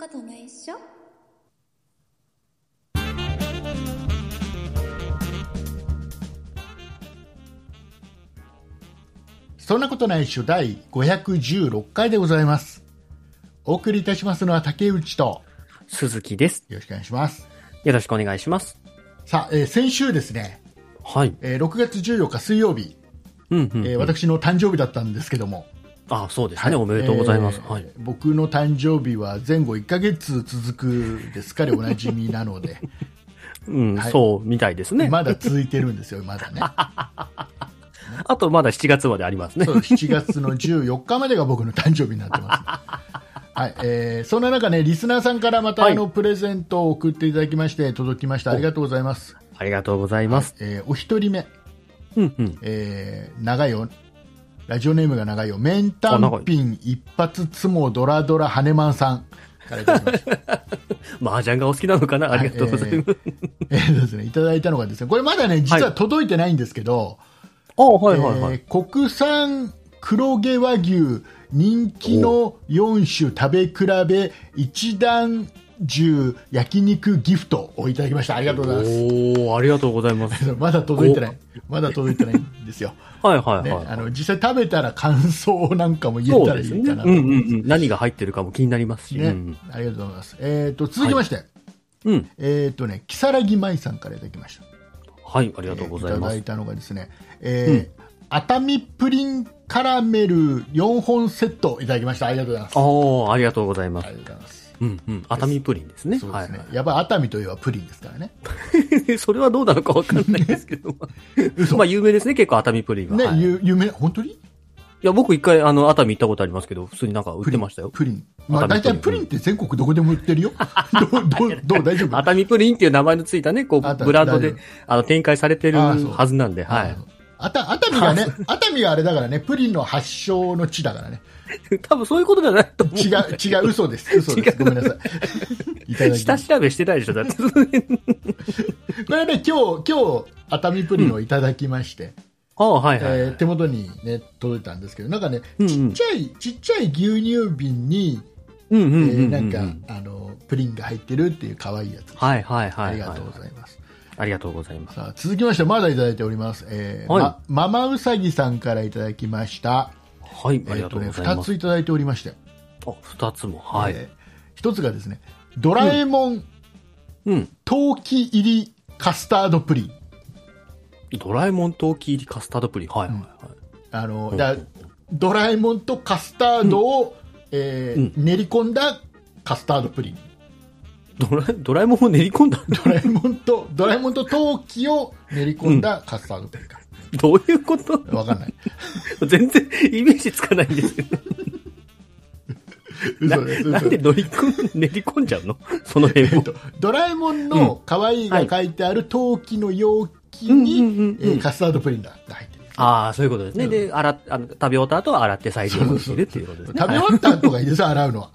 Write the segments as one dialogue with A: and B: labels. A: ことないっしょ
B: そんなことないっしょ第516回でございます。お送りいたしますのは竹内と、
C: 鈴木です。
B: よろしくお願いします。
C: よろしくお願いします。
B: さあ、えー先週ですね、
C: はい。
B: えー6月14日水曜日、
C: うんうん。
B: えー私の誕生日だったんですけども、
C: あ、そうですね。おめでとうございます。
B: えー
C: はい。
B: 僕の誕生日は前後1ヶ月続くですかでおなじみなの で、
C: うん、
B: はい
C: そうみたいですね。
B: まだ続いてるんですよ、まだね。
C: あとまだ7月までありますね
B: そ。う7月の14日までが僕の誕生日になってます。はいえー、そんな中ね、リスナーさんからまた
C: はい
B: あの、プレゼントを送っていただきまして、届きました。ありがとうございます。
C: ありがとうございます。
B: えーお一人目、
C: うんうん。
B: えー長いよ、ラジオネームが長いよ、麺単品一発つもドラドラハネマンさんからいただきました。
C: 麻雀がお好きなのかなありがとうございます。
B: えーそうですね、いただいたのがですね、これまだね、実は届いてないんですけど、
C: あ、はいはいはい。
B: えー国産黒毛和牛人気の4種食べ比べ一段重焼肉ギフトをいただきました。ありがとうございます。
C: おー、ありがとうございます。
B: まだ届いてない。まだ届いてないんですよ。
C: はい はい
B: ね、
C: はい。
B: あの、実際食べたら感想なんかも言え
C: そ
B: た
C: う
B: らい
C: です
B: い
C: ね。
B: か
C: う
B: なと
C: んうんうん。何が入ってるかも気になりますし。
B: ね
C: うん
B: ありがとうございます。えっ、と、続きまして、
C: うん。うん。
B: えっ、とね、木更木舞さんからいただきました。
C: はい、あり
B: あ
C: がとうございま
B: ただ
C: す
B: い。たのがですね、えー熱海プリンカラメル4本セットいただきました。ありがとうございます。
C: あー、ありがとうございま
B: あ
C: す。
B: りがとうございます。
C: うんうん。熱海プリンですね。
B: そうですね。
C: は
B: やっぱ熱海といえばプリンですからね。
C: いはい。 それはどうなのかわかんないですけ ど。まあ、有名ですね。結構熱海プリンは。
B: ね、
C: はい
B: ゆ有名、本当に
C: いや、僕一回、あの、熱海行ったことありますけど、普通になんか売ってましたよ。
B: プリン。まあ大
C: 熱
B: 体
C: 海
B: プ
C: プ
B: リ
C: リ
B: ン
C: ン
B: って全国どこでも売ってる よ。どう、どう、どう、大丈夫
C: 熱海プリンっていう名前のついたね、こ
B: あた
C: う、ブランド
B: 大
C: で
B: 丈、
C: あの、展開されてる
B: あそう
C: はずなんで、は
B: あた熱海がね、熱海があれだからね、プリンの発祥の地だからね。
C: い。 多分そういうことじゃないと思う。
B: 違う、違う、嘘 です。嘘です。ごめんなさい。いただき
C: 下
B: ます。
C: 調べしてないでし ょ、だって。
B: これね、今日、今日、熱海プリンをいただきまして、
C: ああ、はい
B: え
C: はい。
B: ー手元にね、届いたんですけど、なんかね、
C: うんう
B: ちっ
C: ん
B: ちゃい、ちっちゃい牛乳瓶に、
C: うんうん
B: え
C: うんう
B: ー
C: ん。
B: なんか、あの、プリンが入ってるっていう可愛いやつ。
C: はいはいはい。
B: ありがとうございます。
C: ありがとうございます。
B: さあ、続きまして、まだいただいております。えー
C: はい
B: まママウサギさんからいただきました。
C: はい、あり
B: え
C: が
B: っ
C: と
B: と
C: う
B: ね、
C: ござい
B: 二
C: ます。
B: ついただいておりまして。
C: あ、二つも、は
B: えー
C: い。
B: 一つがですね、ドラえもん、
C: うん。
B: 陶器入りカスタードプリン。
C: ドラえもん陶器入りカスタードプリン。はいはいはい。
B: あの、
C: うん
B: だドラえもんとカスタードを、えー練り込んだカスタードプリン。
C: ドラドラえもんを練り込んだ
B: ドラえもんと、ドラえもんと陶器を練り込んだカスタードプリンか。
C: どういうこと
B: わかんない。
C: 全然イメージつかないんですけど。な
B: 嘘です。嘘
C: なんで乗り込ん練り込んじゃうの その辺
B: え
C: を
B: っ。と、ドラえもんの可愛いが書いてある陶器の容器
C: うんうんうん
B: に、え
C: うん
B: ーカスタードプリンが入ってる。
C: ああ、そういうことですね。で、洗っあの、食べ終わった後は洗って再利
B: そうそ
C: 用し
B: う
C: てるっていうことです
B: 食
C: ね。
B: べ終わった後がいいです、洗う のは。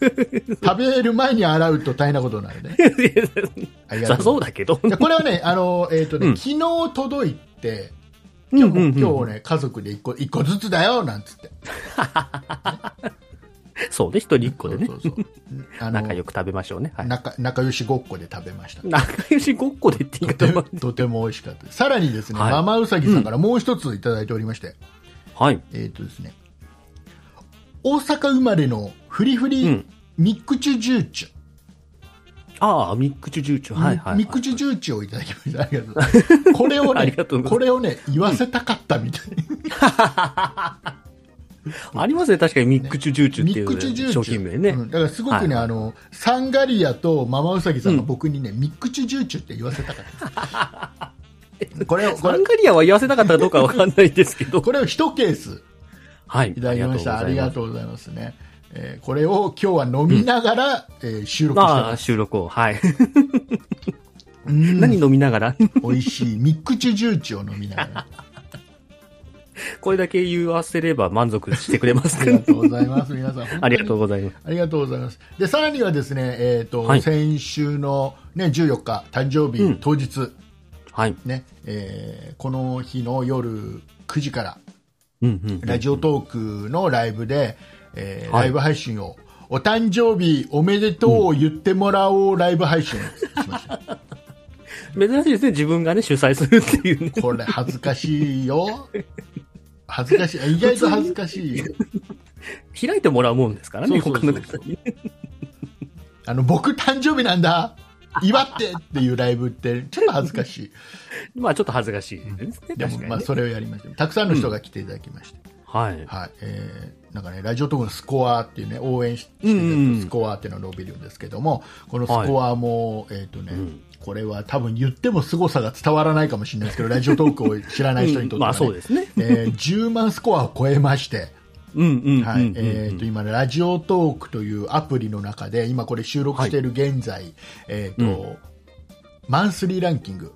B: 食べる前に洗うと大変なことにな るね。あり
C: は
B: が
C: い
B: とうございま
C: さ
B: す
C: そうだけど。
B: じゃあこれはね、あの、えっ、とね、
C: うん
B: 昨日届いて、今日も、
C: うんうんうん
B: 今日ね、家族で一個、一個ずつだよ、なんつって。
C: そうね、一人一個でね
B: そ。うそうそう。あ
C: 仲良く食べましょうね。はい。
B: 仲仲良しごっこで食べま した。
C: 仲良しごっこでって言い
B: と
C: 方も。
B: てとても美味しかったです。さらにですね、
C: はい
B: ママウサギさんからもう一ついただいておりまして、
C: はい。
B: えっ、とですね、大阪生まれのフリフ
C: う
B: リ
C: ん
B: ミックチュジューチュ。
C: ああ、ミックチュジューチュ。はいはいはい。
B: ミックチュジューチュをい ただきました。ありがとうございます。これを
C: あ
B: ね
C: りがとう、ござ
B: こ
C: い
B: れをね、言わせたかったみたい。
C: ありますね、確かにミックチュジューチュっ
B: ミ
C: てい
B: ックチュジュ
C: う
B: ー
C: 商
B: チュ
C: 品名ね
B: う。んだからすごくね、
C: はい
B: あのサンガリアとママウサギさんが僕にね、ミックチュジューチュって言わせたか った。これをこ
C: ハ
B: れ
C: ンガリアは言わせなかったかどうかわかんないですけど。
B: これを一ケース
C: はい。
B: いただきました。ありが
C: う
B: とうございますね。えーこれを今日は飲みながら、えー収
C: ご
B: 録
C: ざい
B: して
C: ます。まあ、
B: ます。
C: 収録を。はい。
B: うん
C: 何飲みながら
B: 美味しいミックチュジューチュを飲みながら。
C: これだけ言わせれば満足してくれます
B: あ
C: か
B: りがとうございます。皆さん。
C: ありがとう
B: う。
C: ございます。
B: ありがとうございます。で、さらにはですね、えっ、と、
C: はい
B: 先週のね、14日、誕生
C: う
B: 日
C: ん
B: 当日、
C: はい。
B: ね、えーこの日の夜9時から、
C: うんうん。
B: ラジオトークのライブで、えー
C: はい
B: ライブ配信をお誕生日おめでとうを言ってもらおうライブ配信をしま した。
C: 珍しいですね、自分がね、主催するっていうね。
B: これ恥ずかしいよ。恥ずかしい。意外と恥ずかしいよ。
C: 開いてもらうもんですからね、
B: そうそう
C: 他
B: そう
C: の
B: そう
C: 方に。
B: あの、僕誕生日なんだ。祝ってっていうライブってちょっと恥ずかしい。
C: まあ、ちょっと恥ずかしいです ね、
B: で
C: 確
B: も
C: か、に
B: まあ、
C: ね。
B: それをやりました。たくさんの人が来ていただきました。
C: はい。
B: はい、えーなんかね、ラジオトークのスコアっていうね、応援しして
C: うんうんうん
B: るスコアっていうのが伸びるんですけども、このスコアも、えっ、とね、
C: ん
B: これは多分言っても凄さが伝わらないかもしれないですけど、ラジオトークを知らない人にとって
C: ま
B: は、
C: あ、そう
B: ね
C: ですね。
B: えー10万スコアを超えまして、
C: うんうんうんうん。
B: はいえーと今ね、ラジオトークというアプリの中で、今これ収録している現在、えーとマンスリーランキング、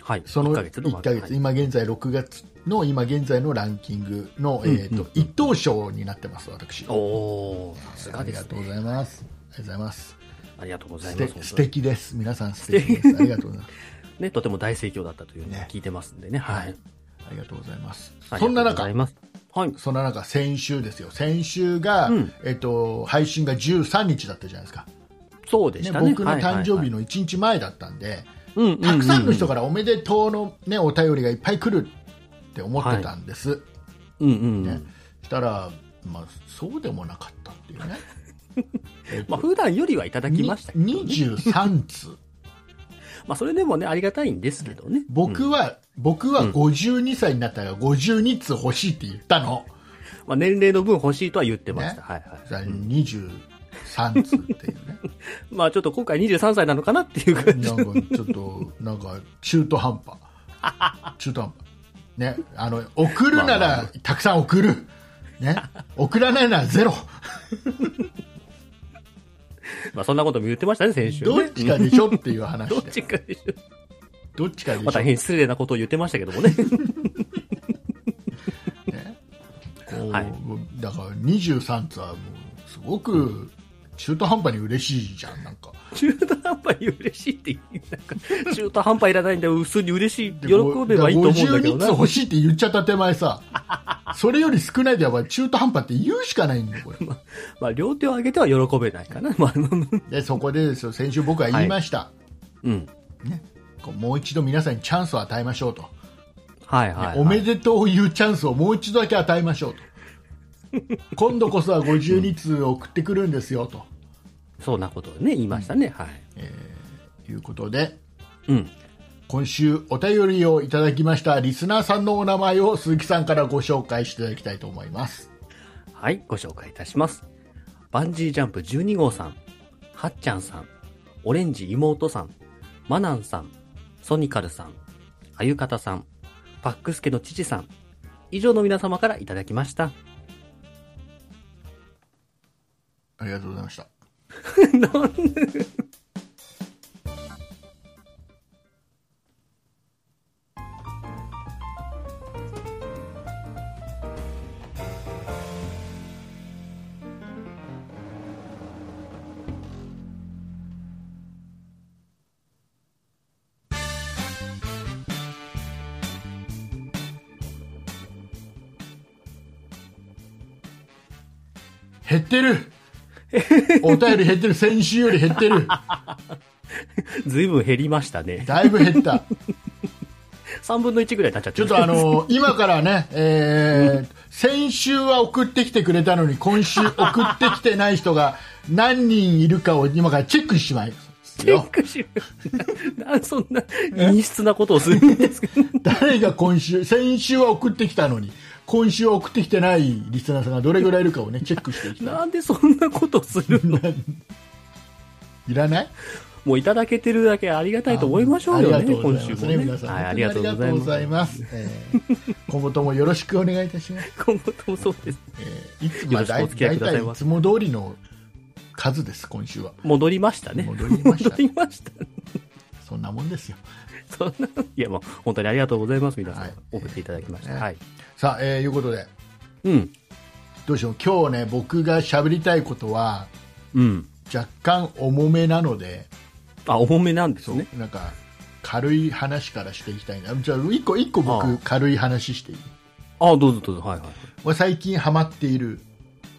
C: はい。
B: その
C: 一ヶ月の
B: 1ヶ月、
C: はい
B: 今現在6月の今現在のランキングの、えーと
C: うん
B: 一等賞になってます、私。
C: おー、さす
B: あ
C: が
B: り
C: で
B: が
C: す
B: と
C: ね。
B: うございます。ありがとうございます。
C: ありがとうござい
B: 素
C: ま
B: 敵
C: す。
B: 素敵です。皆さん素敵です。ありがとうございます。
C: ね、とても大盛況だったというのを
B: ね
C: 聞いてますんでね。は
B: はい
C: い。
B: ありがとうございます。
C: ありがと
B: そ
C: うん
B: な
C: ござ
B: 中
C: い、ますはい。
B: そんな中、先週ですよ。先週が、
C: うん
B: えっと、配信が13日だったじゃないですか。
C: そうで
B: ね、
C: したね。
B: 僕の誕生日
C: の、
B: の1日前だったんで、
C: うん
B: たくさんの人
C: が、
B: からおめでとうのね、お便りがいっぱい来るって思ってたんです。
C: うんうんう
B: ね
C: ん。
B: したら、まあ、そうでもなかったっていうね。えっと
C: まあ、普段よりはいただきましたけどね。
B: 23通。
C: まあ、それでもね、ありがたいんですけどね。うん
B: 僕は、僕は52歳になったら52通欲しいって言ったの。
C: まあ、年齢の分欲しいとは言ってました。
B: ね
C: はいはい。
B: じゃあ23通っていう ね。
C: まあ、ちょっと今回23歳なのかなっていう感じ。
B: なんかちょっと、なんか中途半 端。中途半端。ね、あの、送るな
C: まあま
B: らたくさん送る。ね、送らないなら ゼロ。
C: まあ、そんなことも言ってましたね、先週、ね。
B: どっちかでしょっていう話
C: どっ
B: で。
C: ちかでしょ。
B: どっちかでし
C: まあ、
B: ょ。
C: 大変失礼なことを言ってましたけども ね。
B: ね、こう
C: はい
B: だから23通はもう、すごく中途半端に嬉しいじゃん、なんか。
C: 中途半端に嬉しいって言いなんか中途半端いらないんだよ、普通に嬉しい。
B: で
C: 喜べばいいと思うんだけど
B: 52つ
C: な。
B: 欲しいって言っちゃった手前さ、それより少ないでやばい、中途半端って言うしかないんだよ、これ。
C: まあ、両手を上げては喜べないかな。まあ、うん
B: で、そこでですよ、先週僕は言いました。
C: うん。
B: こうもう一度皆さんにチャンスを与えましょうと、
C: はいはい、はい。
B: おめでとうを言うチャンスをもう一度だけ与えましょうと今度こそは52通送ってくるんですよと、
C: そんなことをね、言いましたね。はい。
B: いうことで
C: うん。
B: 今週お便りをいただきましたリスナーさんのお名前を鈴木さんからご紹介していただきたいと思います
C: はい、ご紹介いたします。バンジージャンプ12号さん、はっちゃんさん、オレンジ妹さん、マナンさん、ソニカルさん、あゆかたさん、パックスケの父さん、以上の皆様からいただきました。
B: ありがとうございました減ってるお便り減ってる先週より減って る
C: ずいぶん減りましたね。
B: だいぶ減った
C: 3分の1ぐらいになっちゃって
B: ちょっとあの今からね、えー先週は送ってきてくれたのに、今週送ってきてない人が何人いるかを今からチェックします
C: チェッ
B: よ。
C: クしよう。なそんな陰湿なことをするん ですけど。
B: 誰が今週、先週は送ってきたのに、今週は送ってきてないリスナーさんがどれぐらいいるかをね、チェックしていきたい。
C: なんでそんなことをするの
B: いらない
C: もういただけてるだけありがたいと思いましょうよ
B: あり
C: ね、
B: がとうご
C: 今
B: ざいま
C: 週
B: す
C: も
B: ね、
C: ね。
B: 皆さん。
C: はい、ありがとうございます。
B: ます。えー今後ともよろしくお願いいたします。
C: 今後ともそうです。
B: えーいつ
C: よ
B: も
C: ろしく
B: だ
C: お
B: い
C: 付き合
B: た
C: い
B: い
C: ください
B: いつも通りの数です、今週は。
C: 戻りましたね。
B: 戻りました
C: 戻りましたね。
B: そんなもんですよ。
C: そんな、いやもう本当にありがとうございます、皆さん。
B: はい
C: 送っていただきました。
B: ね
C: はい。
B: さあ、えーいうことで、
C: うん。
B: どうしよう、今日ね、僕が喋りたいことは、
C: うん。
B: 若干重めなので、
C: あ、重めなんですね。
B: なんか、軽い話からしていきたいな。じゃあ、一個、一個
C: あ
B: 僕
C: あ、
B: 軽い話していい
C: あ、どうぞどうぞ。はいはい。
B: まあ最近ハマっている、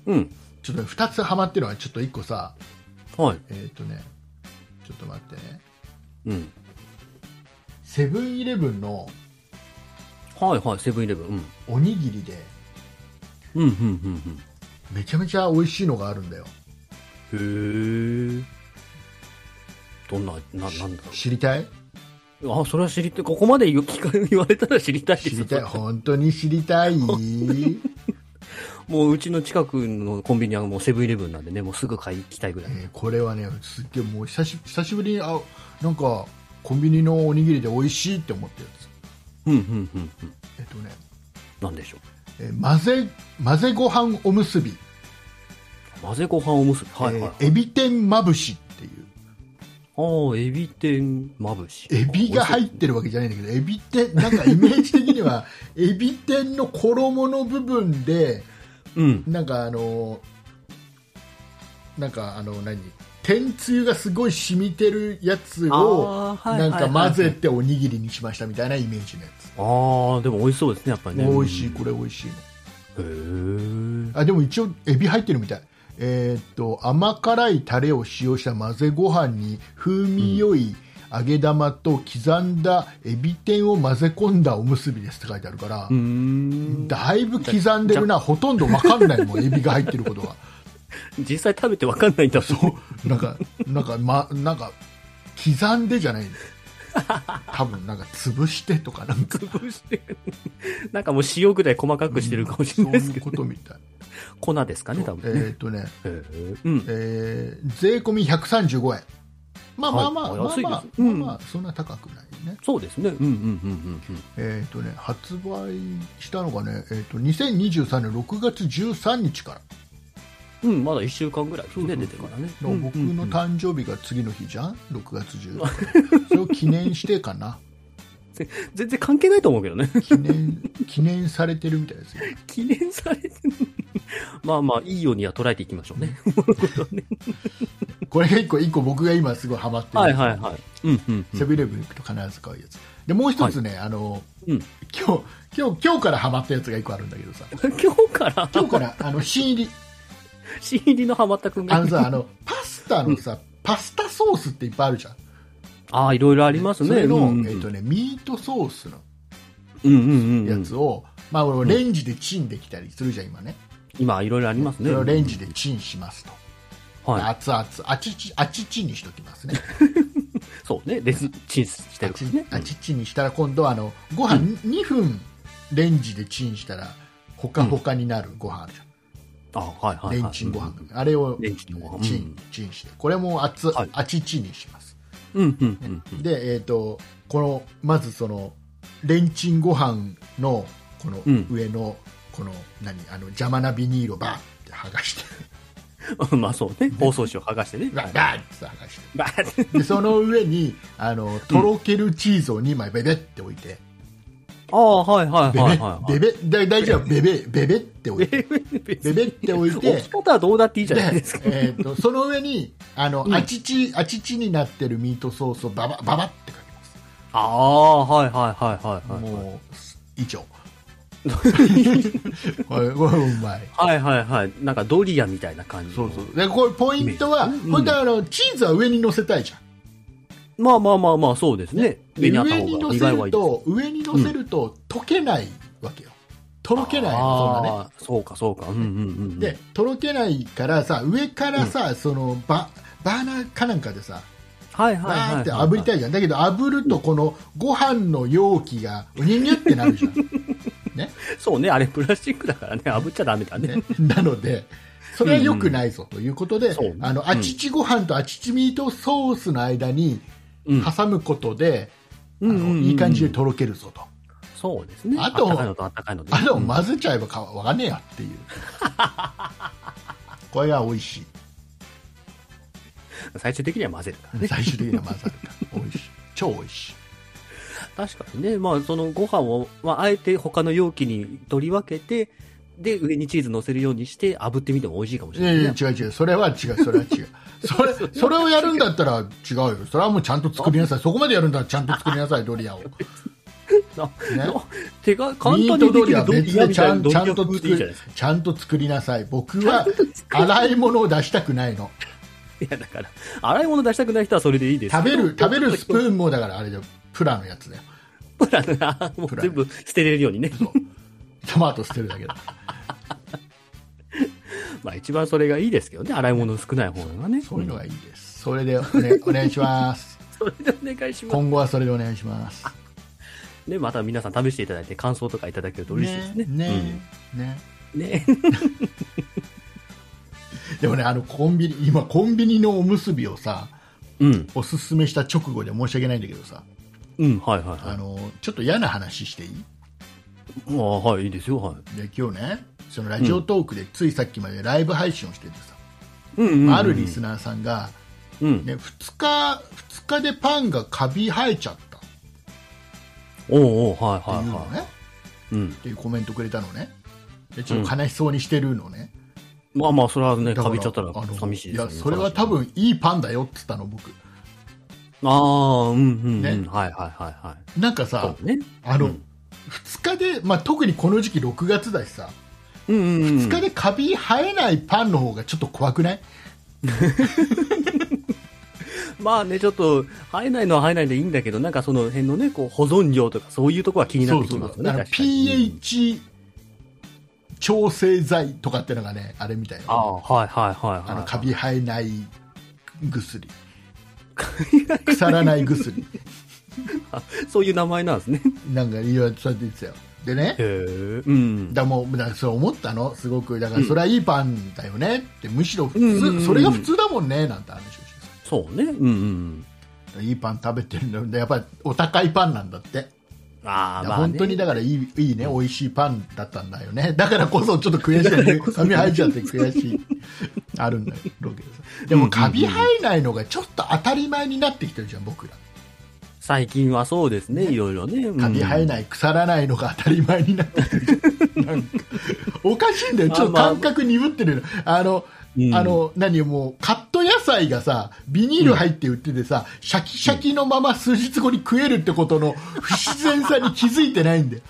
C: うん。
B: ちょっとね2つハマってるのはちょっと1個さ
C: はい。
B: えっ、とねちょっと待ってね
C: うん。
B: セブンイレブンの
C: はいはい、セブンイレブン。うん。
B: おにぎりで
C: うん、うん、
B: めちゃめちゃ美味しいのがあるんだよ
C: うん、うん。へえ。どんな、な、なんだ
B: 知りたい
C: ろう。あ、それは知りたい。ここまで言う聞か言われたら知りたいです
B: 知りたい 本当に知りたい
C: もううちの近くのコンビニはもうセブンイレブンなんでね、もうすぐ買いに行きたいぐらい。
B: えーこれはねすっげえもう久し久しぶりにあなんかコンビニのおにぎりで美味しいって思ってるやつ
C: うん、うん、うん、うん。
B: えっとね、
C: なんでしょ
B: えー混ぜ混ぜご飯おむすび、
C: う。混ぜご飯おむすび。はい、はい。
B: えーエビ天まぶしっていう
C: ああ、エビ天まぶし。
B: エビが入ってるわけじゃないんだけどエビ天なんかイメージ的には エビ天の衣の部分で
C: うん。
B: なんかあのなんかあの何天つゆがすごい染みてるやつを
C: あーはい
B: なんか
C: はいはい
B: 混ぜておにぎりにしましたみたいなイメージのやつ、
C: ああ、でも美味しそうですね、やっぱりね。
B: 美味しいこれ美味しいの
C: うん。へえ。
B: あでも一応エビ入ってるみたいえーっと甘辛いタレを使用した混ぜご飯に風味よい揚げ玉と刻んだエビ天を混ぜ込んだおむすびですって書いてあるから、
C: うーん。
B: だいぶ刻んでるなほとんど分かんないもんエビが入ってることが
C: 実際食べてわかんないんだもん。
B: そうなんかなんか,、ま、なんか刻んでじゃないんだよ多分なんか潰してとかなんか
C: 潰して。 なんかもう塩ぐらい細かくしてるかもしれないですけど、
B: そういうことみたい
C: 粉ですかね、多
B: え
C: 分ね。
B: ーっとね
C: へえうん。
B: えー税込み135円まあま
C: は
B: あ
C: い
B: まあ、
C: お
B: まあ
C: 安い
B: まあ
C: です
B: まあ
C: うん
B: まあそんな高くないね,、
C: そうですね。うんうんうんうんうん。
B: えーとね発売したのがね、えー、と2023年6月13日から
C: うん、まだ1週間ぐらいですね、
B: そう
C: 出
B: そ
C: て
B: うそう
C: からね。
B: の僕
C: うんうん
B: の
C: うん
B: 誕生日が次の日じゃん6月10日それを記念してかな
C: 全然関係ないと思うけどね。
B: 記念 記念されてるみたいですよ
C: 記念されてる。まあまあ、いいようには捉えていきましょうね。
B: これが一個一個僕が今すごいハマってる、
C: はいはいはい。うんうんうん。
B: セブンイレブン行くと必ず買うやつでもう一つね、あの
C: うん
B: 今日今日今日からハマったやつが一個あるんだけどさ
C: 今日から、
B: 今日から あの新入り
C: CD のハマったくん
B: あ
C: が
B: の。さあのパスタのさ、パスタソースっていっぱいあるじゃん。
C: ああ、いろいろありますね。
B: それの、
C: うんうん
B: えっ、とねミートソースの
C: うんうんう
B: や
C: ん。
B: つを、まあ俺レンジでチンできたりするじゃん今ね。
C: 今、いろいろあります
B: そ
C: ね。
B: れをレンジでチンしますと。
C: はい。
B: 熱々あちちあちちにしときますね。
C: そうね。レスチンして
B: あ
C: るか
B: ち
C: らね。
B: あちちにしたら今度はあのご飯2分レンジでチンしたらほかほかになるご飯あるじゃん。
C: あはいはいはい。
B: レンチンご飯、あれを
C: レンチンご飯
B: チン,、
C: うん
B: チンしてこれも熱、
C: はい
B: あちちにします。
C: うんうんうんうん。
B: で、えー、とこのまずそのレンチンご飯のこの
C: うん
B: 上の、この何あの邪魔なビニールをバーって剥がして
C: まあそうね。包装紙を剥がしてね。
B: バーバーって剥がし
C: バーって
B: てでその上にあのとろけるチーズを2枚ベベって置いて、
C: ああ、はいはいはいは
B: ベ
C: い。
B: ベベベだ大丈 夫ベベベベって置いて
C: ベ
B: ベベって置いて
C: 置き方はどうだっていいじゃない
B: で
C: ですか。
B: えー、とその上にあの、あちちあちちになってるミートソースをババババってかけます、
C: ああ、はいはいはいはいはい。
B: もう以 上これこれうまい
C: はいはいはい。なんかドリアみたいな感じ
B: そ
C: の。
B: うそうでこれポイントは、
C: うん
B: これであのチーズは上に乗せたいじゃん
C: まあまあまあまあ、そうですね。
B: で
C: 上にあった
B: 上
C: 方
B: に
C: が
B: 乗せ
C: 意外は
B: る
C: いいです。
B: と上に乗せると溶けないわけよとろけないのそんなね
C: あーそうかそうか。うんうんうん。
B: で、とろけないからさ上からさ、そのババーナーかなんかでさ
C: はいはいはいは
B: バ
C: い。
B: ーって炙りたいじゃんだけど炙るとこのご飯の容器がうにゅにゅってなるじゃ ん、ね
C: そうね、あれプラスチックだからね、炙っちゃダメだね。
B: ね、なのでそれは良くないぞということで、
C: そうね
B: あのあちちご飯とあちちミートソースの間に
C: うん
B: 挟むことで、
C: うん
B: あ
C: うんうん
B: の
C: うん
B: いい感じでとろけるぞと、
C: そうですね。
B: あと
C: あったかいのとあったかいので。
B: あと
C: うん
B: 混ぜちゃえばかわかんねえや っていうこれが美味しい
C: 最終的には混ぜるからね。
B: 最終的には混ざるから美味しい超美味しい
C: 確かにね、まあそのご飯を、まああえて他の容器に取り分けて、で、上にチーズ乗せるようにして炙ってみても美味しいかもし
B: い
C: れな
B: やい
C: いね
B: や。違う違うそれは違うそれは 違うそれそれをや るんだったら違うよそれはもうちゃんと作りなさいそこまでやるんだったらちゃんと作りなさいドリアをね
C: な手が簡
B: ミ
C: 単
B: ート
C: にで
B: ド
C: き
B: リア
C: るド
B: 別
C: リア
B: で
C: み
B: ち
C: たい
B: ゃ
C: なんド
B: ちゃ
C: リア
B: んと
C: 風
B: 作
C: でいいじゃないです
B: り
C: か。
B: ちゃんと作りなさい僕は洗い物を出したくないの
C: いや、だから、洗い物出したくない人はそれでいいです
B: 食べる食べるスプ
C: ン。
B: ーンもだからあれだよプラのやつだよ
C: プラ ンが、もう
B: プラン
C: 全部捨てれるようにね。
B: トマト捨てるだけだ
C: まあ一番それがいいですけどね、洗い物少ない方がね。
B: そういうのがいいですそれでお,、ね、お願いします
C: それでお願いします。
B: 今後はそれでお願いします
C: ね、また皆さん試していただいて感想とかいただけると嬉しいですね。
B: ねね
C: うんね
B: でもねあのコンビニ今コンビニのおむすびをさ
C: うん。
B: おすすめした直後で申し訳ないんだけどさ
C: うん、はいはい
B: あ
C: は
B: のちょっと嫌な話していい
C: い。まあ、はい、いいですよ、はい。
B: で今日ねそのラジオトークでついさっきまでライブ配信をしててさ、
C: うんうん、うん。
B: あるリスナーさんが、
C: うん。
B: ね、2日2日でパンがカビ生えちゃったっ
C: おうおう、はい
B: て
C: は
B: いう
C: い
B: のね、
C: はい。うん。
B: っていうコメントくれたのねでちょっと悲しそうにしてるのね、
C: まあまあ、それはね、
B: だ
C: からびちゃったら
B: あの
C: 寂しいですよね。
B: やそれは多分いいパンだよって言ったの僕
C: ああ、うんうん、う
B: ね
C: ん。はいはいはいはい。
B: なんかさ
C: そうね。
B: あの、
C: うん
B: 2日で、まあ、特にこの時期6月だしさ
C: うんうんうん。
B: 2日でカビ生えないパンの方がちょっと怖くない、
C: まあね、ちょっと、生えないのは生えないでいいんだけど、なんかその辺のね、こう、保存量とかそういうとこは気になってきますよね。
B: あの
C: 確かに。
B: pH 調整剤とかってのがねあれみたいな
C: ああ、はいはいはいはい。
B: あのカビ生えない薬腐らない薬
C: そういう名前なんですね。
B: なんかいろいろそうやって言ってたよでね
C: へえ。うん。
B: だもうだからそれ思ったのすごくだからそれはいいパンだよねって、むしろ普通、
C: うんうんうん
B: それが普通だもんねなんて話をして
C: そうね。うんうん。
B: たいいパン食べてるんだよでやっぱりお高いパンなんだって、
C: ああ、まあ、ね。
B: 本当にだからいいいいね、美味しいパンだったんだよねだからこそちょっと悔しい髪生えちゃって悔しいあるんだろうけどさでもカビ生えないのがちょっと当たり前になってきてるじゃん僕ら
C: 最近はそうですね、いろいろね。うん
B: カビ生えない、腐らないのが当たり前になってるなんかおかしいんだよ、ちょっと
C: まあまあ
B: 感覚鈍ってるの、あの、
C: うん
B: あの何もうカット野菜がさビニール入って売っててさ、シャキシャキのまま数日後に食えるってことの不自然さに気づいてないんだよ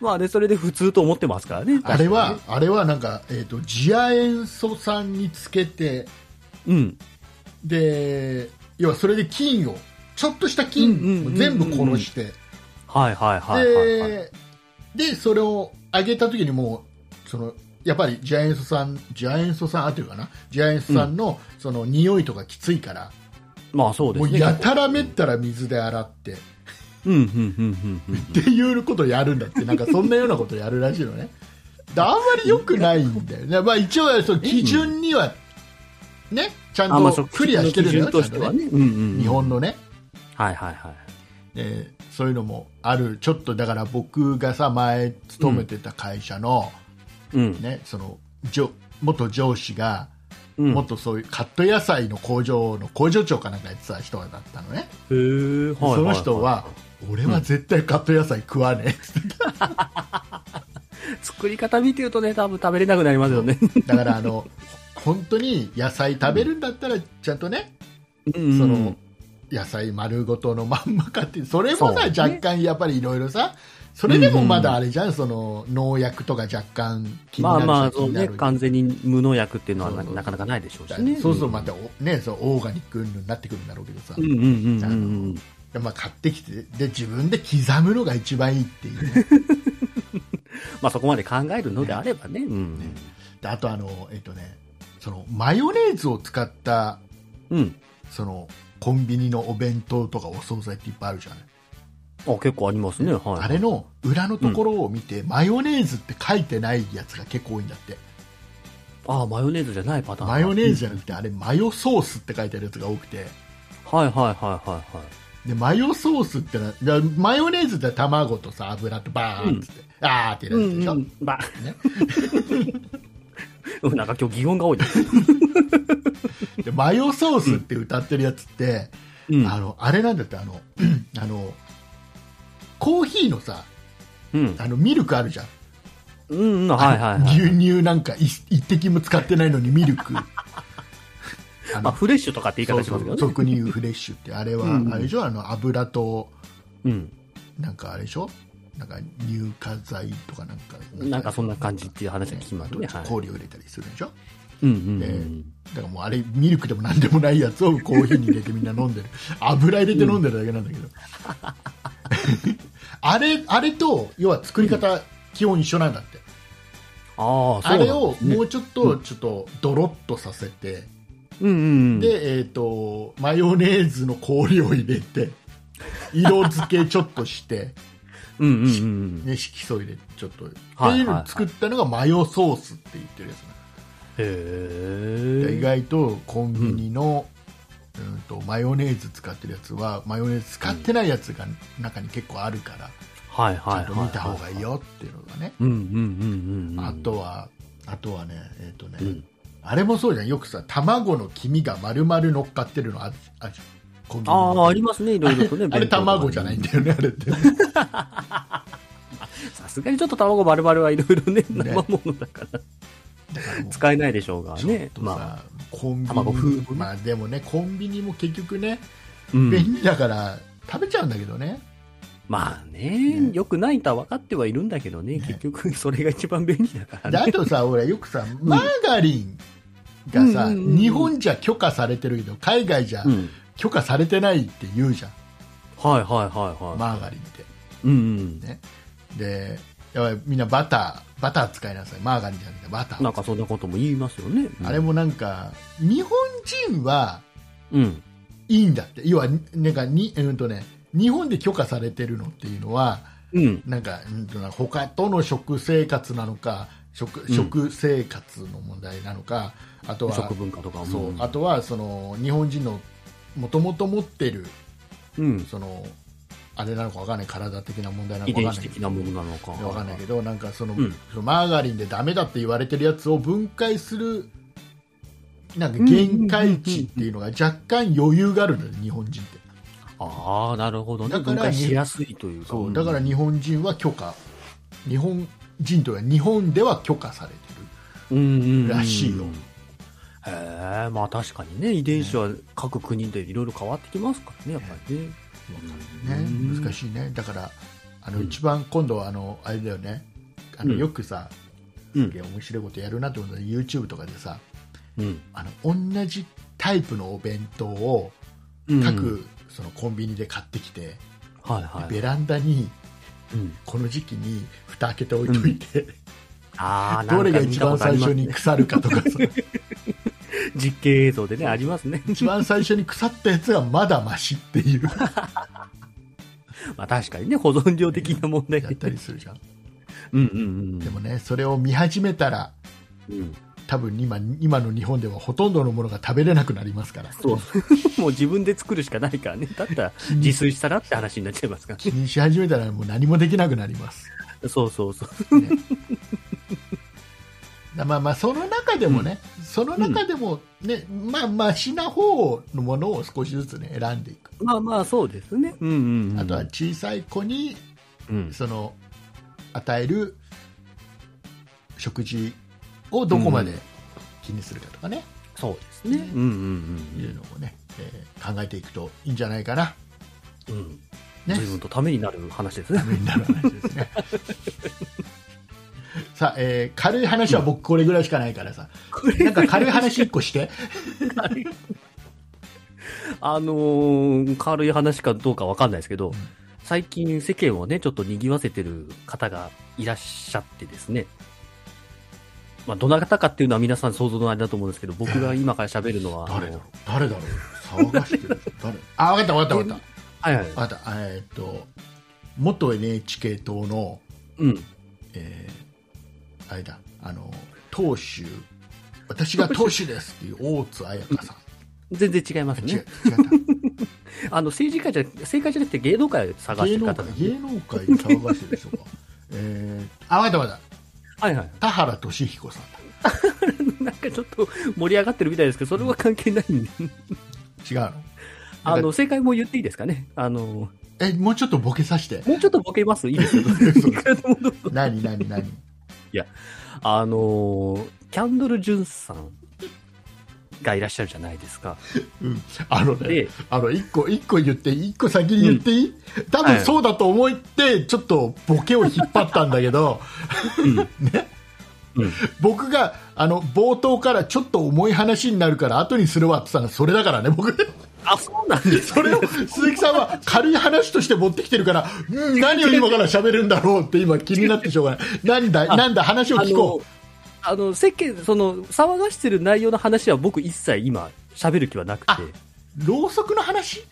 C: まあね、それで普通と思ってますからね。
B: あれはあれはなんか、えー、と次亜塩素酸につけて
C: うん。
B: で要はそれで菌をちょっとした菌を全部殺して。
C: はいはいはいはい、はい。
B: で、で、それを上げた時にもう、その、やっぱりジャイアンソさん、ジャイアンソさんあってるかなジャイアンソさんの、その、匂いとかきついから、
C: まあそうで
B: も
C: す
B: う
C: ね。
B: やたらめったら水で洗って、
C: うんうんうんうんうん。
B: っていうことをやるんだって、なんかそんなようなことをやるらしいのね。だあんまり良くないんだよね。まあ一応、その基準には、ね、ちゃん
C: あまあ
B: とクリアしてるんだよ、
C: 基準と
B: ちゃ
C: し
B: ん
C: て
B: と
C: は
B: ね。
C: ね。うんうん。
B: 日本のね。
C: はいはいはい。
B: えーそういうのもあるちょっとだから僕がさ前勤めてた会社の、
C: うん。
B: ね、その上元上司が
C: うん、
B: 元そういうカット野菜の工場の工場長かなんかやってた人だったのね、
C: へーはいはいはい
B: その人は俺は絶対カット野菜食わねえって
C: 作り方見てるとね、多分食べれなくなりますよね。
B: 言ってだからあの本当に野菜食べるんだったらちゃんとね、
C: そ
B: その野菜丸ごとのまんまかっていうそれもさ、
C: そうね
B: 若干やっぱりいろいろさそれでもまだあれじゃん、その農薬とか若干気に
C: ま
B: な
C: あ
B: る
C: まあ、
B: 気
C: そう
B: にな
C: ね、
B: る
C: 完全に無農薬っていうのはな
B: そうそう
C: なかなかないでしょう
B: だ
C: し
B: よね
C: ね。
B: そうするとまた、おね、そうオーガニックになってくるんだろうけどさ、
C: うんうんうんうん
B: あ
C: う
B: の
C: ん。
B: でまあ、買ってきてで自分で刻むのが一番いいっていう ね、
C: まあそこまで考えるのであればね。うん。
B: であとあの、えっとね、そのマヨネーズを使った
C: うん。
B: そのコンビニのお弁当とかお惣菜っていっぱいあるじゃない、
C: あ、結構ありますね。はい。
B: あれの裏のところを見て、マヨネーズって書いてないやつが結構多いんだって
C: あ、マヨネーズじゃないパターン。
B: マヨネーズじゃなくてあれマヨソースって書いてあるやつが多くて
C: はいはいはいはいはい。
B: でマヨソースってのはだマヨネーズって卵とさ油とバーンっつって、あーって入れるやつでしょ、
C: ん、ば
B: ね。
C: うん なんか今日擬音が多い ね。
B: でマヨソースって歌ってるやつって、
C: うん
B: あのあれなんだってあの あのコーヒーのさ
C: うん。
B: あのミルクあるじゃん、
C: うん、うん、はいはいはい。
B: 牛乳なんかい一滴も使ってないのにミル クあ
C: まあ
B: の
C: フレッシュとかって言い
B: そ
C: 方
B: う
C: し
B: そ
C: ますけど
B: う
C: ね。
B: 俗に言うフレッシュってあれは、
C: うん
B: あれ以上あの油と
C: うん。
B: なんかあれでしょなんか乳化剤とかなんか
C: なんかそんな感じっていう話は聞きますね
B: ね
C: はい
B: 氷を入れたりするでしょ、
C: うんうんうん、
B: えーだからもうあれミルクでもなんでもないや つをコーヒーに入れてみんな飲んでる油入れて飲んでるだけなんだけど、 あれあれと要は作り方基本一緒なんだって、
C: ああ、そう
B: あ
C: なん
B: れをも
C: う、
B: うちょっとちょっとドロッとさせて、
C: うんうん、
B: でえっ、とマヨネーズの氷を入れ て色付けちょっとして、
C: うんうんうん。
B: ね、色素入れてちょっと、
C: は
B: っ
C: い
B: ていうのを作ったのがマヨソースって言ってるやつな
C: へえ。
B: 意外とコンビニの、うん、とマヨネーズ使ってるやつはマヨネーズ使ってないやつが中に結構あるから、
C: はいはいはい。
B: ちゃんと見た方がいい。よっていうのがね、
C: うんうんうんうん。
B: あ、とはあとはねえっ、とね、
C: うん
B: あれもそうじゃんよくさ卵の黄身が丸々乗っかってるのああるじゃん小麦
C: あ
B: の
C: あ、ありますね、いろいろとね。
B: あれ
C: 弁当とかに
B: 卵じゃないん。だよねあれってね
C: さすがにちょっと卵丸々はいろいろね、
B: ね
C: 生ものだから、
B: だからもう
C: 使えないでしょうが
B: ちょっ
C: ね。
B: とさ、
C: まあ、
B: コンビ
C: 卵風味
B: ニまあでもねコンビニも結局ね
C: うん
B: 便利だから食べちゃうんだけどね、
C: まあね
B: ね、
C: 良くないとは分かってはいるんだけどね、
B: ね
C: 結局それが一番便利だから
B: で
C: ね。
B: あとさ、俺よくさ、マーガリンがさ、
C: うんうんうんうん
B: 日本じゃ許可されてるけど、海外じゃ
C: うん。
B: 許可されてないって言うじゃん、
C: はいはいはいはい。
B: マーガリンって。
C: うん
B: ね、で、やばい、みんなバター、バター使いなさい。マーガリンじゃなくてバタ
C: うん。な
B: ー。
C: んかそんなことも言いますよね。うん
B: あれもなんか、日本人は
C: うん。
B: いいんだって。要は、なんかに、うんとね、日本で許可されてるのっていうのは、
C: うん。
B: なんか、うんとな、他との食生活なのか、食
C: ん
B: 食生活の問題なのか、あとは、
C: 食文化とかも。
B: そうあとはその日本人のもともと持ってる
C: うん。
B: そのあれなのかわかんない体的な問題なの
C: 遺
B: かわ
C: 伝
B: かんな
C: 子
B: い
C: 的なものなのか。
B: わかんないけどなんかその、
C: うん
B: そのマーガリンでダメだって言われてるやつを分解するなんか
C: うん
B: 限界値っていうのが若干余裕があるんだよね日本人って
C: ああ、なるほどね。
B: だから
C: 分解しやすいというか。
B: そううんだから日本人は許可日本人というか日本では許可されて
C: うんうんうん
B: るらしいよ、
C: へえ、まあ確かにね、遺伝子は各国でいろいろ変わってきますからね、やっぱりね。
B: ね
C: うん、
B: 難
C: い。
B: しいねだからあの
C: うん
B: 一番今度はあのあれだよねあの
C: うん
B: よくさ、
C: うん
B: すげえ面白いことやるなって思ったら YouTube とかでさ
C: うん。
B: あの同じタイプのお弁当を
C: うん
B: 各、、そのコンビニで買ってきて、
C: はいはい。
B: ベランダに
C: うん
B: この時期に蓋開けて置いといて、
C: ああ、 な
B: どれ
C: ん
B: が
C: か
B: 一
C: 見たこ
B: 番
C: とあり
B: 最
C: ます
B: 初
C: ね
B: に腐るかとかさ
C: 実験映像でね、ありますね。
B: 一番最初に腐ったやつがまだマシって いう
C: まあ確かにね、保存量的な問題
B: やったりするじゃん
C: うんうんうん。
B: でもねそれを見始めたら
C: うん、
B: 多分今今の日本ではほとんどのものが食べれなくなりますから
C: そう。もう自分で作るしかないからね。だったら自炊したらって話になっちゃいますか
B: 気にし始めたらもう何もできなくなります、
C: ら。そうそうそう。
B: ね だまあまあその中でもね、その中でもね、まあましな方のものを少しずつね選んでいく、
C: まあまあそうですね。うんうん、うん。
B: あとは、小さい子に
C: うん、
B: その与える食事をどこまで気にするかとかね、
C: そうですね。うんうん
B: いうのをね、えー考えていくといいんじゃないかな
C: うん。うん
B: ね
C: 自分とためになる話ですね
B: た。めになる話ですね さあ、えー軽い話は僕これぐらいしかないからさ、
C: これ
B: なんか軽い話一個して。
C: あのー軽い話かどうかわかんないですけど、
B: ん
C: 最近世間をね、ちょっと賑わせてる方がいらっしゃってですね、まあ、どなたかっていうのは皆さん想像のあれだと思うんですけど、僕が今から喋るのは、あの
B: 誰だろう誰だろう騒がしてる。誰あ、わかったわかったわかっ
C: はいはい。
B: た。わかった。えーっと、元 NHK 党の、
C: うん。
B: えー、あれだ、あの、党首、私が党首ですっていう大津彩香さん。
C: 全然違います
B: 違う
C: ね。
B: 違
C: あの、政治家じゃ、政界じゃなくて芸能界を
B: った。
C: 探
B: 芸
C: して
B: 能
C: る方
B: 界
C: なん、で
B: 芸能界で騒がしてるでしょうか。えー、あ、わかったわかった。
C: はいはい。
B: 田原俊彦さんだ。
C: なんかちょっと盛り上がってるみたいですけど、それは関係ないんで。
B: 違うの
C: あの、正解も言っていいですかね。あの、
B: え、もうちょっとボケさせ て。
C: もうちょっとボケますいいです よ。
B: 嘘
C: いくらでもどうぞ
B: 何何何
C: あのーキャンドル・ジュンさんがいらっしゃるじゃないですか。
B: うんあの
C: え
B: ね
C: え、
B: あの、一個、一個言っていい、一個先に言っていい、多分そうだと思って、ちょっとボケを引っ張ったんだけど、
C: うん。
B: 僕が、あの、冒頭からちょっと重い話になるから、後にするわって言ったのはそれだからね、 僕。
C: あ、そうなんです
B: それを鈴木さんは軽い話として持ってきてるから、うん何を今から喋るんだろうって今気になってしょうがない。 なんだ、
C: あ
B: なんだ、話を
C: あ
B: 聞こ
C: の、あの、世間、その、騒がしてる内容の話は僕一切今、喋る気はなくて
B: あ、う。ろうそくの話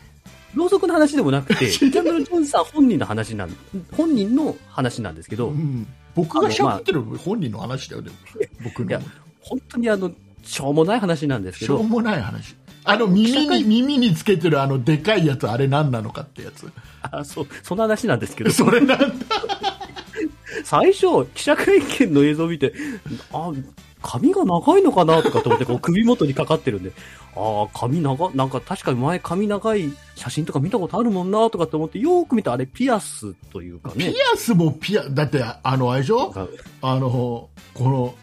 C: ろうそくの話でもなく て、ジャムル・ジョンさん本人の話なん、本人の話なんですけど、
B: うん。僕が喋ってる本人の話だよね、僕
C: いや
B: の。、
C: 本当にあの、しょうもない話なんですけ
B: しょう
C: ど、
B: もない話。あの、耳
C: 記者会
B: に、耳につけてるあの、でかいやつ、あれ何なのかってやつ。
C: あそう、その話なんですけど、
B: それなんだ。
C: 最初、記者会見の映像を見て、あ、髪が長いのかなとかと思って、こう首元にかかってるんで、ああ、髪長、なんか確かに前髪長い写真とか見たことあるもんなとかと思って、よーく見たらあれピアスというか
B: ピ
C: ね。
B: アスもピア、だって、あの、あれでしょ
C: なんか
B: あの、この、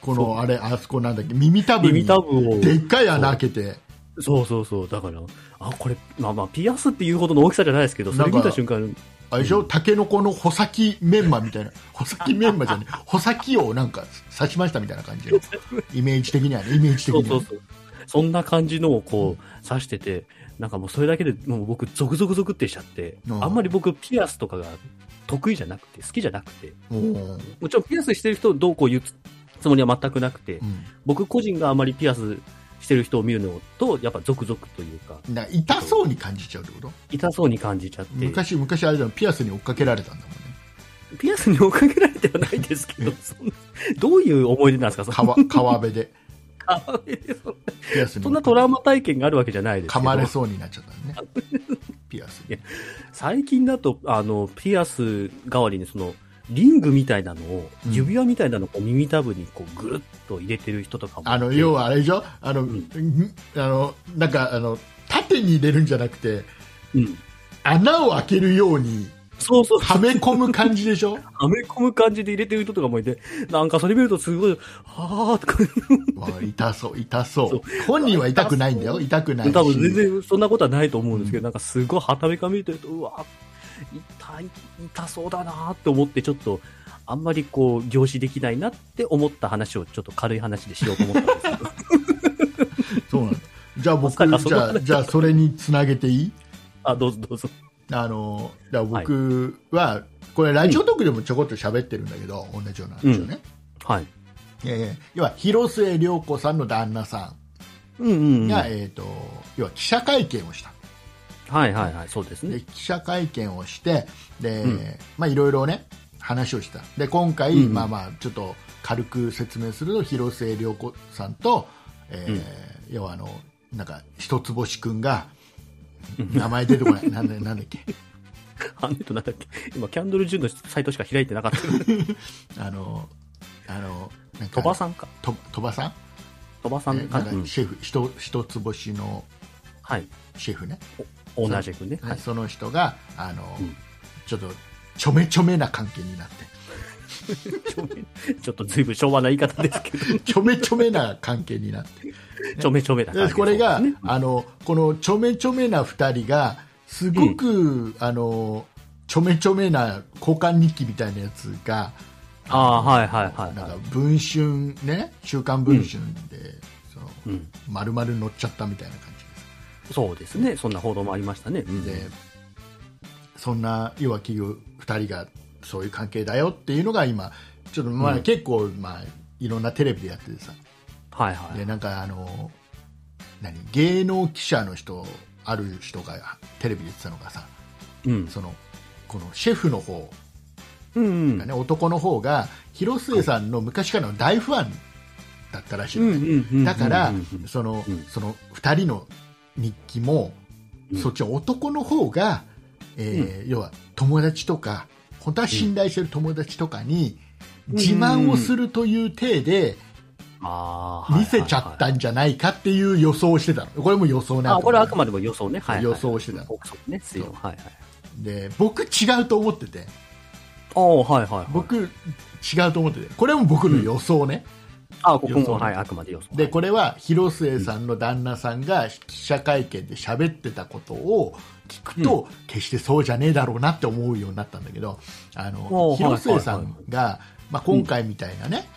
B: この、あれ、あそこなんだっけ、耳たぶ
C: 耳
B: に、
C: たぶを。
B: でっかい穴開けて。
C: そうそうそう。だから、あ、これ、まあまあ、ピアスっていうほどの大きさじゃないですけど、それ見た瞬間、
B: あれでしょ、タケノコの穂先メンマみたいな、穂先メンマじゃねえ、穂先をなんか刺しましたみたいな感じの、 イメージ的にはね、イメージ的
C: そう
B: に
C: そ
B: は
C: うそう。そんな感じのをこう、刺してて、なんかもうそれだけでもう僕、ゾクゾクゾクってしちゃって、
B: うん
C: あんまり僕、ピアスとかが得意じゃなくて、好きじゃなくて、
B: うん
C: もちろんピアスしてる人をどうこう言うつもりは全くなくて、僕個人があんまりピアスしてる人を見るのと、やっぱゾクゾクというか、
B: うんな痛そうに感じちゃうってこと
C: 痛そうに感じちゃって、
B: 昔、昔あれじゃん、ピアスに追っかけられたんだもんね。
C: ピアスに追っかけられてはないですけど、そんなどういう思い出なんですか、その
B: 川川辺で
C: 川辺でそんな
B: ピアスに
C: そんなトラウマ体験があるわけじゃないですけ
B: 噛
C: ど。
B: まれそうになっちゃったのね ピアスに
C: 最近だと、あの、ピアス代わりにその、リングみたいなのを、
B: うん
C: 指輪みたいなのをこう耳たぶにこうぐっと入れてる人とかも。
B: あの要はあれでしょあの、
C: ん
B: んあのなんかあの縦に入れるんじゃなくて
C: うん。
B: 穴を開けるように
C: そうそう、は
B: はめ込む感じでしょ
C: め込む感じで入れてる人とかもいて、なんかそれ見るとすごい、はぁーとか、
B: わあ痛そう痛そう
C: そう
B: 本人は痛くないんだよ痛くないし
C: 多分全然そんなことはないと思うんですけど、なんかすごいはためから見てると、うわ痛い、痛そうだなーって思って、ちょっと、あんまりこう、凝視できないなって思った話をちょっと軽い話でしようと思ったん ですけど。
B: そうなんだじゃあ
C: まさか
B: 僕
C: そ
B: じ
C: こ
B: ゃ
C: ま
B: あ
C: で
B: じゃあそれにつなげていい
C: あ、どうぞどうぞ。
B: あのだから僕は、これラジオトークでもちょこっと喋ってるんだけど、同じような話をね、
C: はい。
B: えー要は広末涼子さんの旦那さ
C: うんうんうんん。
B: が、
C: はい
B: えー、と要は記者会見をした
C: はいはい、そうですね
B: で。記者会見をしてで、
C: うん
B: まあ、いろいろね話をしたで今回、
C: うんうん
B: まあ、まあちょっと軽く説明すると広末涼子さんと、えー要はあのなんか一つ星くんが名前出てこないなんだなんだっけ
C: あの人なんだっけ今、キャンドル・ジュンのサイトしか開いてなかった。
B: あのあのなんか
C: 鳥羽さんか。
B: と鳥羽さん
C: 鳥羽さん
B: えーな
C: か
B: ん
C: な。うん
B: かシェフ、ひと一つ星の
C: はい。
B: シェフね
C: オーナーシェフね。はい。
B: その人があの、
C: うん
B: ちょっとちょめちょめな関係になって
C: ちょっと随分昭和な言い方です けど、
B: ちょめちょめな関係になって
C: ちょめちょめだから、
B: でこれが、
C: そうですね
B: あのこのちょめちょめな2人がすごく、あのちょめちょめな交換日記みたいなやつが
C: ああ、はいはいはい
B: なん
C: は
B: か
C: い。
B: 文春ね週刊文春で、その
C: うん、
B: 丸々載っちゃったみたいな感じです。
C: そうですね。そんな報道もありましたね。うん
B: でそんな要は企業2人がそういう関係だよっていうのが今ちょっとまあ
C: うん
B: 結構まあいろんなテレビでやっててさ
C: はいは
B: で
C: い。
B: なんかあの何芸能記者の人ある人がテレビで言ってたのがさ
C: うん。
B: そのこのシェフの方
C: うん
B: がね、男の方が広末さんの昔からの大ファンだったらしい
C: うん
B: の
C: う
B: ね、
C: んうんうん。
B: だから
C: うんうん
B: その
C: うん
B: その2人の日記も、
C: うん
B: そっちの男の方が、えー要は友達とか本当は信頼してる友達とかに
C: うん
B: 自慢をするという体で
C: ああ。
B: 見せちゃった
C: はいはいはい
B: んじゃないかっていう予想をしてたのこれも予想なん
C: あ
B: だけど
C: これはあくまでも予想ね。はい、はい。
B: 予想してた
C: 憶測ね。推論はいはい。
B: で僕違うと思ってて
C: ああ、はいはいはい。
B: 僕違うと思っててこれも僕の予想ね、
C: あ、ここ
B: 予想
C: も、
B: だ
C: はい、あくまで予想。
B: で
C: はい
B: これは広末さんの旦那さんが記者会見で喋ってたことを聞くと、決してそうじゃねえだろうなって思うようになったんだけどあの
C: おー
B: 広末さ
C: はいはい
B: んが、まあ、今回みたいなね、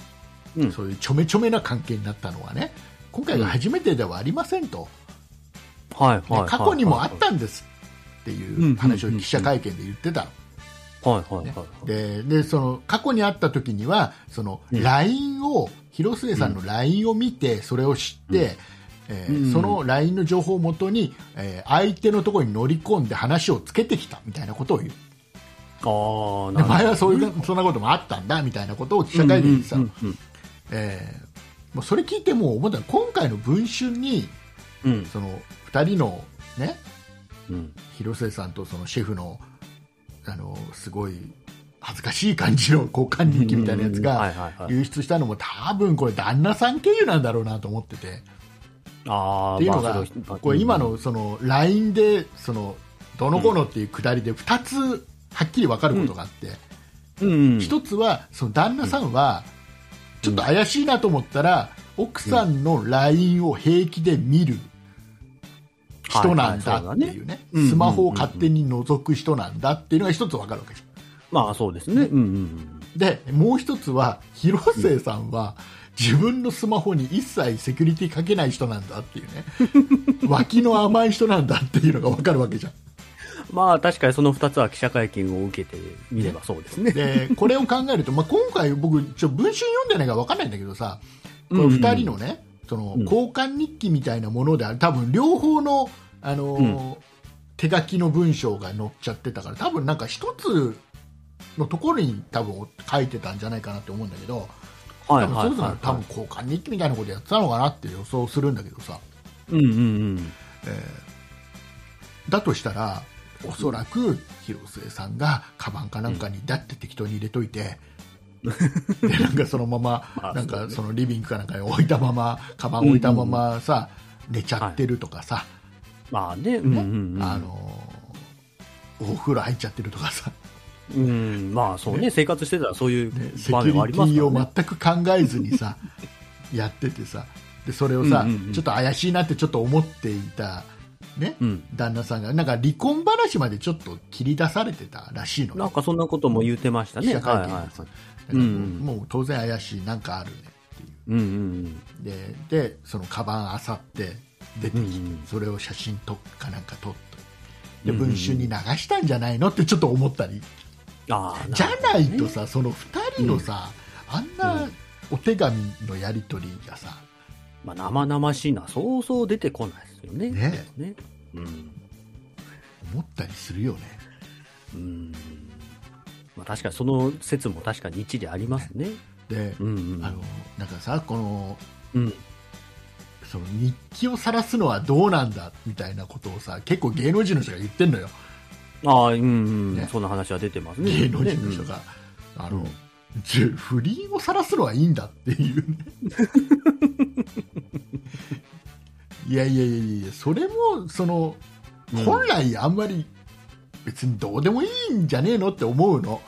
C: うん
B: そういうちょめちょめな関係になったのはね今回が初めてではありませんと、
C: はい、
B: ね
C: はい。
B: 過去にもあ
C: はい
B: っ
C: は
B: たんですっていう話を記者会見で言ってたの
C: い、はい、はいはい。
B: ででその過去にあった時にはその
C: うん
B: LINE を広末さんの LINE を見てそれを知って、えー
C: うん
B: その LINE の情報をもとに、えー相手のところに乗り込んで話をつけてきたみたいなことを言う
C: ああ、
B: で
C: なるほ
B: 前
C: ど。
B: はそういうそんなこともあったんだみたいなことを記者会見でさ、
C: うんうん
B: えーもうそれ聞いてもう思ったの今回の文春に
C: うん
B: その2人の、ね、
C: うん。うん。
B: 広末さんとそのシェフのあのすごい恥ずかしい感じの交換日記みたいなやつ
C: うん
B: が
C: はいはいはい
B: 流出したのも多分これ旦那さん経由なんだろうなと思ってて
C: ああ、
B: っていうの
C: ま
B: が
C: あそれは
B: これ今のその LINE でそのどのこのっていうくだりで2つはっきり分かることがあって
C: うん、
B: 1つはその旦那さんはちょっと怪しいなと思ったら奥さんの LINE を平気で見る人なんだっていうね
C: うん
B: スマホを勝手に覗く人なんだっていうのが1つ分かるわけです
C: まあそうですね。うんうん
B: でもう一つは広末さんは、自分のスマホに一切セキュリティかけない人なんだっていう ね脇の甘い人なんだっていうのが分かるわけじゃん
C: うん。まあ確かにその二つは記者会見を受けてみればそうですね。
B: でこれを考えると、まあ、今回僕ちょ文春読んでないから分かんないんだけどさこの2人のね、その
C: うん
B: 交換日記みたいなものである多分両方の、あのー手書きの文章が載っちゃってたから多分なんか一つのところに多分書いてたんじゃないかなって思うんだけど、
C: はい
B: 多分
C: は
B: そう
C: いはい
B: いうのは
C: は
B: 多分交換日記みたいなことやってたのかなって予想するんだけどさ、
C: い。うんうん
B: えーだとしたらおそらく広末さんがカバンかなんかにだって適当に入れとい て、でなんかそのま
C: ま
B: ま
C: あ
B: なん
C: そう
B: か
C: ね
B: そのリビングかなんかに置いたままカバン置いたままさ、寝ちゃってるとかさ、
C: うん。まあね、うんうんうん。
B: あのーお風呂入っちゃってるとかさ、
C: うん、まあそうね、生活してたらそういう
B: ねセキ
C: 場面
B: ュ
C: はあ
B: リ
C: り
B: テ
C: ま
B: ィ
C: すから
B: を
C: ね。
B: 全く考えずに さやっててさでそれをさ、
C: うんうんうん
B: ちょっと怪しいなってちょっと思っていた、ね
C: うん。
B: 旦那さんがなんか離婚話までちょっと切り出されてたらしいの
C: なん
B: ね
C: かそんなことも言ってました
B: 記
C: ね。
B: 者会
C: はい
B: 見で
C: は
B: さ
C: うんう
B: だ
C: ん
B: からもう当然怪しいなんかあるねっていう
C: い。うんうん
B: ででそのカバンあさって出てきて、
C: うんうん
B: それを写真とかなんか撮ってで
C: うんうん
B: 文春に流したんじゃないのってちょっと思ったり
C: うん。ああ、
B: じゃないと
C: る
B: さ、その2人のさ、あん
C: う
B: なんお手紙のやり取りがさ、
C: ほどね。まあ生々しいのはそうそう出てこないですよね。
B: ね
C: ね。うん。
B: 思ったりするよね。
C: うん。まあ確かにその説も確かに一理ありますね。
B: で、
C: うんうん。
B: あの、なんかさ、この、
C: うん。
B: その日記を晒すのはどうなんだみたいなことをさ、結構芸能人の人が言ってんのよ。
C: ああ、うんうん、
B: ね
C: そんな話は出てますね。
B: 芸能人の人が。あの、じゅ不倫を晒すのはいいんだっていう ね。いやいやいやいや、それも、その、
C: うん
B: 本来あんまり別にどうでもいいんじゃねえのって思うの。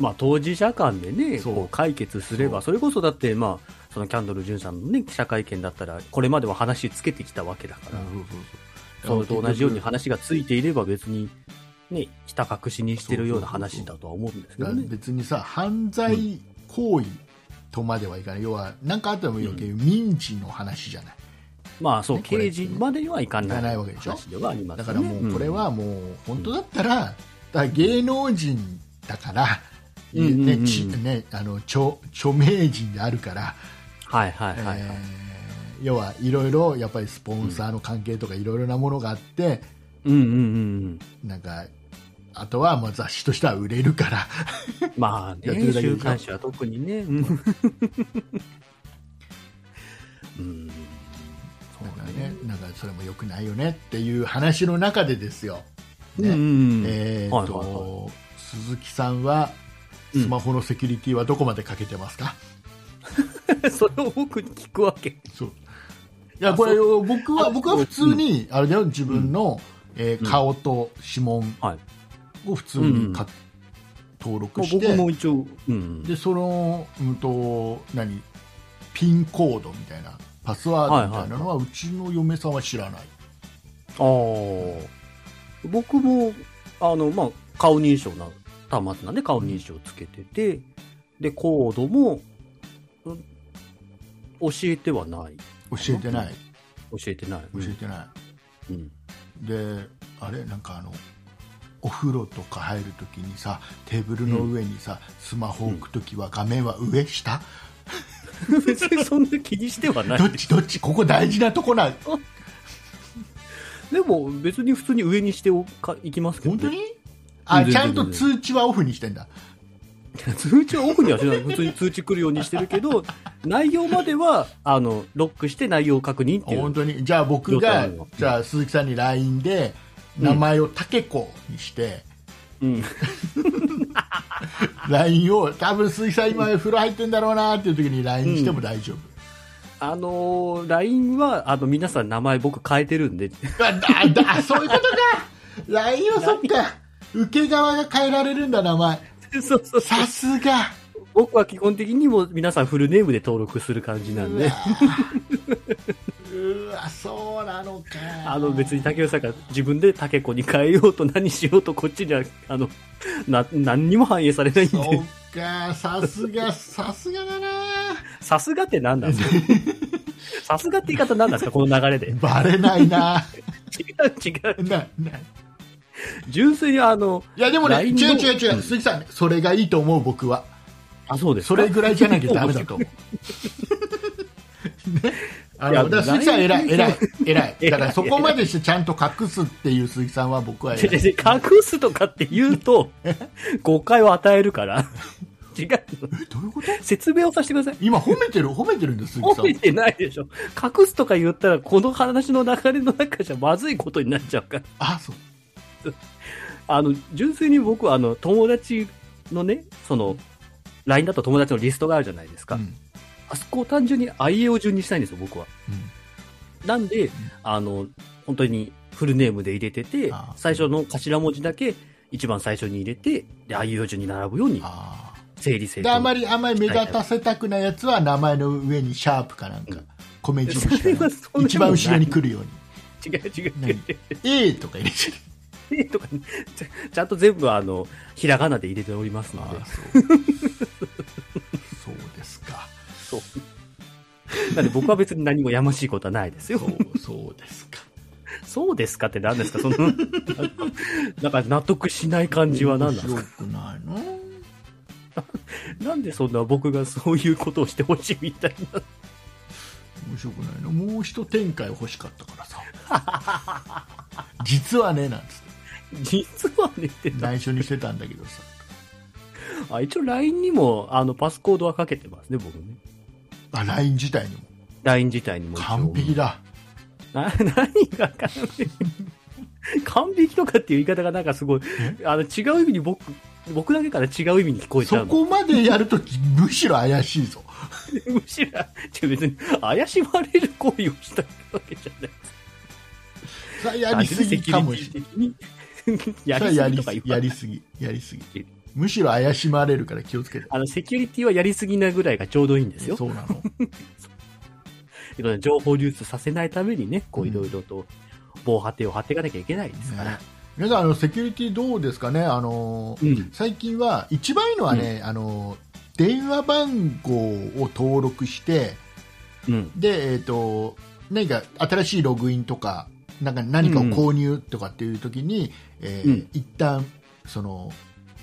C: まあ、当事者間でね、
B: そう
C: こう解決すれば、それこそだって、まあ、そのキャンドル・ジュンさんのね、記者会見だったら、これまでは話つけてきたわけだから、それと同じように話がついていれば別に、ね、ひた隠しにしてるような話だとは思うんですけどね。
B: 別にさ犯罪行為とまではいかない、要は何かあってもいいわけ、民事の話じゃない
C: まあ、そう、
B: ねこれ
C: 刑事までにはいかない
B: いかないわけでしょ
C: 話ではあります
B: だか
C: ね
B: らもうこれ、はもう本当だったら,、芸能人だから、
C: うんうんうん
B: ねちねあの著著名人であるから、
C: うんはいはいはいはい。
B: えー要はいろいろやっぱりスポンサーの関係とかいろいろなものがあって、
C: うんうんうん
B: なんかあとはまあ雑誌としては売れる から
C: うん。まあ
B: やって
C: ね、
B: るだけでし
C: 週
B: ょ
C: 刊誌は特にね。うんうん
B: だからね、なんかそれも良くないよねっていう話の中でですよ、ね
C: うんうん
B: えーっと
C: はいはいは
B: 鈴木さんは
C: うん
B: スマホのセキュリティはどこまでかけてますか、
C: いそれを僕に聞くわけ。
B: そういやこれ
C: あ
B: 僕は
C: あ
B: 僕は普通に、あれだよ自分の、えー
C: うん
B: 顔と指紋
C: はい。
B: を普通にか、登録して
C: 僕も一応、うん。
B: でその、うん、と何ピンコードみたいなパスワードみたいなのはうちの嫁さんは知らない、
C: あー僕も、あの、まあ、顔認証な、端末なんで顔認証つけてて、で、コードも、うん教えてはない。
B: 教えてない
C: 教えてない。
B: 教えてない、
C: うん。
B: であれなんかあのお風呂とか入るときにさテーブルの上にさ、スマホ置くときは画面は上下、
C: 別にそんな気にしてはない
B: ど。っちどっちここ大事なとこな
C: でも、別に普通に上にしておかいきますけど、
B: 本
C: ね。
B: 当にあ
C: 全然
B: ちゃんと
C: 全然
B: 通知はオフにしてんだ
C: 通知はオフにはしない。普通に通知来るようにしてる けど、内容までは、あの、ロックして内容確認ってい
B: 本
C: う。
B: 当にじゃあ僕
C: 了
B: が
C: 解了解
B: じゃあ鈴木さんに LINE で
C: うん
B: 名前をタケコにして、
C: うん。
B: LINE を多分鈴木さん今風呂入ってんだろうなっていう時に LINE しても大丈夫、
C: あのー、LINE は、あの、皆さん名前僕変えて るんで、
B: あだだあそういうことか LINE はそっか受け側が変えられるんだ名前
C: そうそうそう。
B: さすが
C: 僕は基本的にもう皆さんフルネームで登録する感じなん
B: うわ
C: で、
B: うわそうなのか
C: あの別に竹内さんが自分で竹子に変えようと何しようとこっちには、あの、な、何にも反映されないん
B: そ
C: で、
B: っかさすがさすがだな
C: さすがって何なんです かさすがって言い方何なんですかこの流れで。違う
B: バレないな
C: 違う。
B: なな
C: 純粋にあの、
B: いやでもね、違う
C: LINE の
B: 違う違う、鈴木さん、それがいいと思う、僕は。
C: あ、そうです
B: そ
C: か。
B: れぐらいじゃなきゃダメだと思う。ね、あのだから鈴木さん、偉い、偉い、 偉い。だからそこまでしてちゃんと隠すっていう鈴木さんは僕は偉
C: 違う
B: い。
C: 違う隠すとかって言 うと、誤解を与えるから。違う。
B: どういうこと
C: 説明をさせてください。
B: 今褒めてる、褒めてるんです、鈴木さ
C: 褒
B: ん
C: め。てないでしょ。隠すとか言ったら、この話の流れの中じゃまずいことになっちゃうから。
B: あ、そう。
C: あの、純粋に僕は、あの、友達のね、その、LINE だと友達のリストがあるじゃないですか。
B: うん
C: あそこを単純に IA を順にしたいんですよ、僕は。なんで、あの、本当にフルネームで入れてて
B: あー、
C: 最初の頭文字だけ一番最初に入れて、で、IO 順に並ぶように
B: あ
C: 整理整
B: ー
C: 頓。
B: であまりあまり目立たせたくないやつは名前の上にシャープかなんか
C: うん、
B: 米印か
C: それ
B: なん
C: は
B: か
C: そんなもんない
B: 一番後ろに来るように。
C: 違う違う違う
B: 何 A とか入れちゃう。
C: とかね、ちゃちゃんと全部あの、ひらがなで入れておりますので
B: あ。そうそうですか
C: そう。なんで僕は別に何もやましいことはないですよ
B: そ。うそうですか
C: そうですかって何ですかその、 なんかなんか納得しない感じは何なんです
B: 面
C: か
B: 白くないの
C: なんでそんな僕がそういうことをしてほしいみたいな。
B: 面白くないのもう一展開欲しかったからさ実はねなんつって
C: 実はねってな。
B: 内緒にしてたんだけどさ
C: あ、一応 LINE にも、あの、パスコードはかけてますね、僕ね。
B: あ LINE 自体にも
C: LINE 自体にも一応。
B: 完璧だ
C: な何が完璧 完璧とかっていう言い方がなんかすごい、あの、違う意味に僕、僕だけから違う意味に聞こえちゃ
B: そう
C: の。
B: こまでやるときむしろ怪しいぞ
C: むしろ、違う別に怪しまれる行為をしたわけじゃない。
B: さあやりすぎかもしれ
C: れない。や
B: ないさあ
C: り
B: や
C: すぎ
B: り
C: と
B: す
C: か
B: ぎ
C: 言
B: や
C: わない
B: りすぎやりすぎむしろ怪しまれるから気をつけて
C: あの、セキュリティはやりすぎなぐらいがちょうどいいんですよ。
B: そうなの
C: いろんな情報流通させないためにね、こういろいろと防波堤を張っていかなきゃいけないですから。
B: ね皆さんあのセキュリティどうですかねあの
C: うん。
B: 最近は一番いいのはね、あの電話番号を登録して
C: うん。
B: で、えー、と何か新しいログインとかなんか何かを購入とかっていう時に、えー
C: うん
B: 一旦その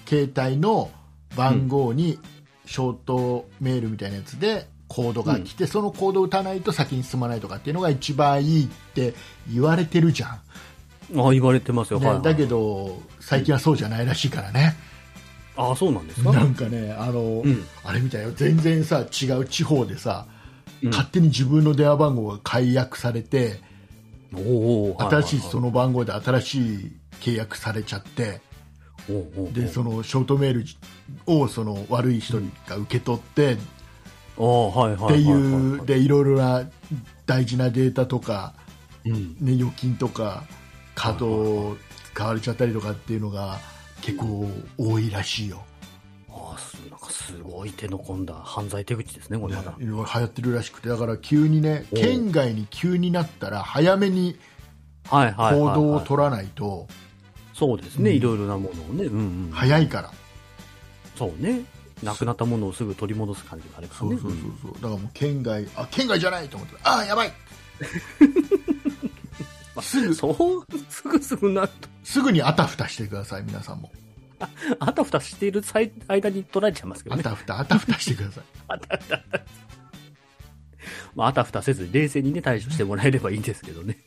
B: 携帯の番号にショートメールみたいなやつでコードが来て、そのコードを打たないと先に進まないとかっていうのが一番いいって言われてるじゃ
C: あ言われてますよ。
B: ん、
C: はいはい、
B: ね、だけど最近はそうじゃないらしいからね、
C: ああ、そうなんですか
B: なんかねあの、
C: うん。
B: あれみたいよ全然さ違う地方でさ、
C: うん
B: 勝手に自分の電話番号が解約されて、
C: おおお
B: 新しいその番号で新しい契約されちゃって
C: おうおう
B: でそのショートメールをその悪い人が受け取ってっ
C: おうああ、はいは
B: て
C: いはいはは
B: うでいろいろな大事なデータとか、
C: うん。
B: ね、預金とかカードを買われちゃったりとかっていうのが結構多いらしいよ。
C: ああ、すなんかすごごい手の込んだ犯罪手口ですね、これまだ。
B: いろいろ流行ってるらしくてだから急にね
C: おう
B: 県外に急になったら早めに
C: はいはいはい、
B: 行
C: はい。
B: 動を取らないと
C: そうですね、いろいろなものをね。うんうん。
B: 早いから、
C: そうね。なくなったものをすぐ取り戻す感じがあればね。
B: そうそうそうそうだからもう県外あ県外じゃないと思ってああやばい
C: すぐ。そう、すぐすぐなると。
B: すぐにあたふたしてください皆さんも
C: あたふたしている際間に取られちゃいますけど
B: あ
C: ね。
B: たふたあたふたしてください
C: まあ、あたふたせず、冷静にね、対処してもらえればいいんですけどね。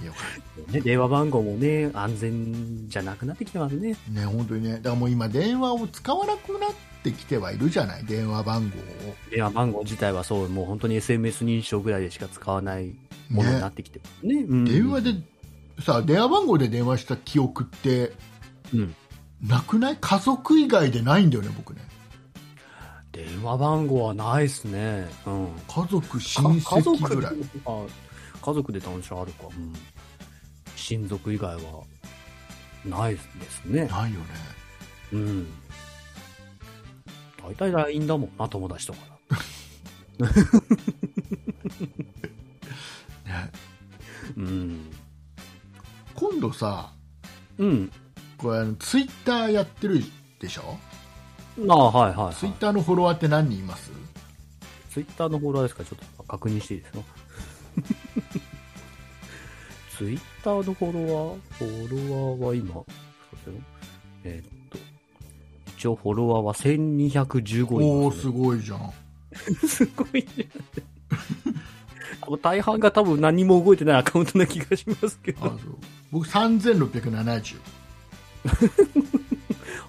B: いやよかっ
C: ね電話番号もね、安全じゃなくなってきてますね。
B: たね本当にねだからもう今電話を使わなくなってきてはいるじゃない電話番号を
C: 電話番号自体はそう、もう本当に SMS 認証ぐらいでしか使わないものになってきてますね。うん
B: 電話でさ電話番号で電話した記憶って
C: うん。
B: なくない家族以外でないんだよね僕ね
C: 電話番号はないですね。うん。
B: 家族親
C: か
B: 戚ぐらい
C: 家族であ家族で楽しあるか、うん、親族以外はないですね
B: ないよね
C: うん大体 LINE だもんな友達とかな
B: ね
C: うん
B: 今度さ
C: うん
B: これあのツイッターやってるでしょ
C: ああはいはい、はい、
B: ツイッターのフォロワーって何人います
C: ツイッターのフォロワーですからちょっと確認していいですか ツイッターのフォロワーフォロワーは今、そうですよえーっと、一応フォロワーは1215
B: お
C: 人
B: お
C: ですすね、
B: ごいじゃん
C: すご いね。もう大半が多分何も動いてないアカウントな気がしますけ
B: あそ
C: ど
B: う。僕3670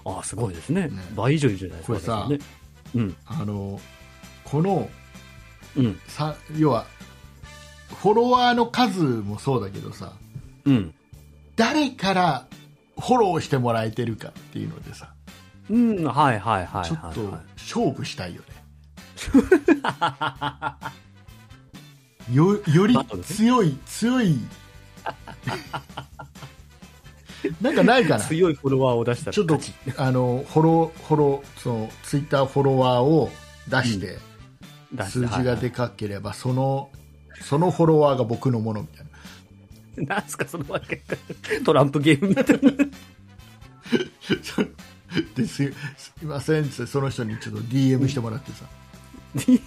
C: ああ、すごいですね。
B: ね
C: 倍以上いるじゃないですか。
B: これさ
C: ね、うん、
B: あのこの
C: うん、
B: さ要はフォロワーの数もそうだけどさ
C: うん。
B: 誰からフォローしてもらえてるかっていうのでさ
C: うん、はいはいはいはい、はい。
B: ちょっと勝負したい よねよより
C: バトルね
B: 強い強 いなんかないかな
C: 強いフォロワーを出したら
B: ちょっと
C: 勝ち
B: あのフォローフォローそのツイッターフォロワーを出して、
C: 出し
B: 数
C: て
B: 字がでかければそのそのフォロワーが僕のものみたいな
C: なんすか、そのわけわかんないトランプゲームみたいな。
B: ですすいませんっつってその人にちょっと DM してもらってさ、すい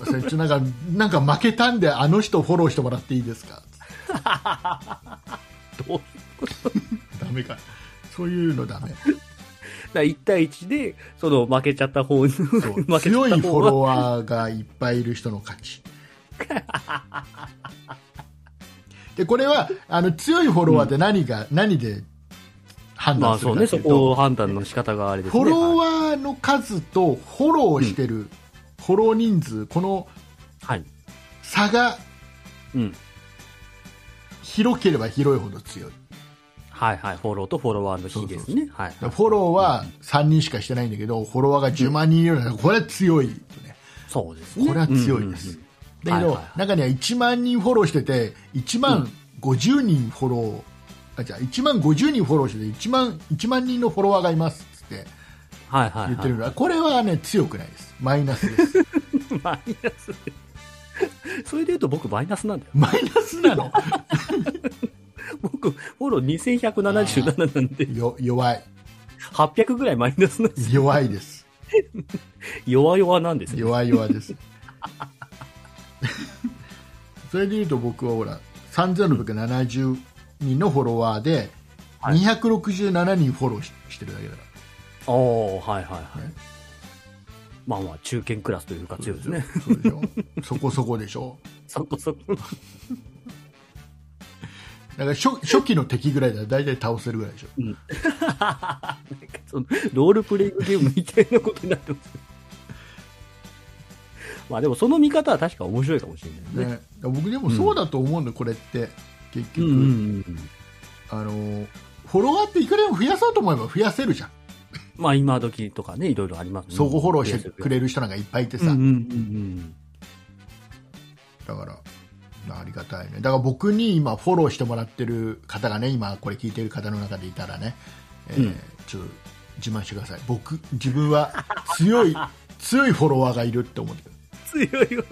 B: ませんちょなんかなんか負けたんであの人フォローしてもらっていいですかつっ
C: どう
B: てダメかそういうのダメ
C: だ1対1で、その負けちゃった方に、 負
B: そう
C: けちゃ
B: 強
C: っ
B: い
C: た
B: フォ
C: 方
B: ロ
C: は、
B: ワーがいっぱいいる人の勝ちでこれはあの強いフォロワーって何が、何で判
C: ま
B: 断
C: あ
B: する
C: そう
B: か
C: ね、
B: って
C: そ
B: いうと、
C: こを判断の仕方があれです
B: フ
C: ね。
B: ォロ
C: は
B: ワーの数とフォローしてる、フォロー人数この
C: い。はい。
B: 差が
C: うん。
B: 広ければ広いほど強い
C: はいはい、フォローとフォロワーの比ですね。はい。
B: フォローは3人しかしてないんだけどフォロワーが10万人いるようなこれは強いよね
C: そうですね。
B: これは強いです、
C: うんうん
B: だけど、
C: はいはいはい
B: 中には1万人フォローしてて1万50人フォロー、あじゃあ1万50人フォローしてて1万 ,1 万人のフォロワーがいますっつって
C: うん。はいはい、
B: 言ってる
C: は
B: から、これはね強くないですマイナスです
C: い。マイナスで。 それで言うと僕マイナスなんだよ。
B: マイナスなの
C: 僕、フォロー2177なんで、
B: よ弱い
C: 800ぐらいマイナスなんです。
B: 弱いです
C: 弱々なんですよ。
B: 弱い弱いです それでいうと僕はほら3670人のフォロワーで
C: はい
B: 267人フォローししてるだけだか
C: おー、はいはいはい。
B: ね
C: まあまあ、中堅クラスというから強いですね。
B: そうでしょそこそこでしょ
C: そこそこ。
B: だから初初期の敵ぐらいだら大体倒せるぐらいでしょ
C: なんかそのロールプレイングゲームみたいなことになってます。 まあでもその見方は確か面白いかもしれないね。
B: ね、僕でもそうだと思うんだ、これって結
C: うん
B: 局、
C: うんうん。
B: あのフォロワーっていくらでも増やそうと思えば増やせるじゃん
C: まあ今時とかね、いろいろありますね
B: 相互フォローしてくれる人なんかいっぱいいてさ、
C: うんうんうん
B: だから、まあありがたいね。だから僕に今フォローしてもらってる方がね、今これ聞いてる方の中でいたらね、えー
C: うん
B: ちょっと自慢してください僕自分は強い 強いフォロワーがいるって思ってる
C: 強いよ。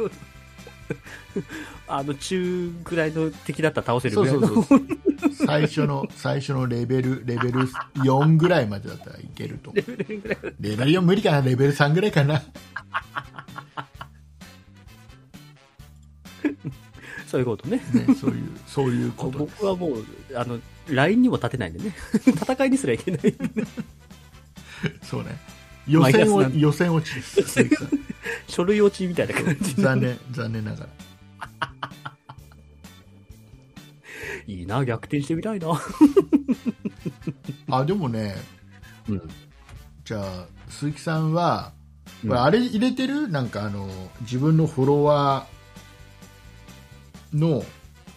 C: あの、中くらいの敵だったら倒せる
B: そ
C: ぐ
B: う
C: らい
B: そ
C: の。
B: うそう最初の最初のレベルレベル4ぐらいまでだったらいけると思うレベル4無理かなレベル3ぐらいかな
C: そういうことね。
B: ね、そういう、そういうことです。
C: 僕はもう、あの、ラインにも立てないんでね。 戦いにすらいけない。
B: そうね。予選を
C: マイナスなん、で
B: 予選落ちです。鈴木さん
C: 書類落ちみたいな感じ。
B: 残念、残念ながら。
C: いいな、逆転してみたいな。
B: あ、でもね、
C: うん。
B: じゃあ、鈴木さんは、
C: うん
B: これあれ入れてるなんかあの、自分のフォロワーの、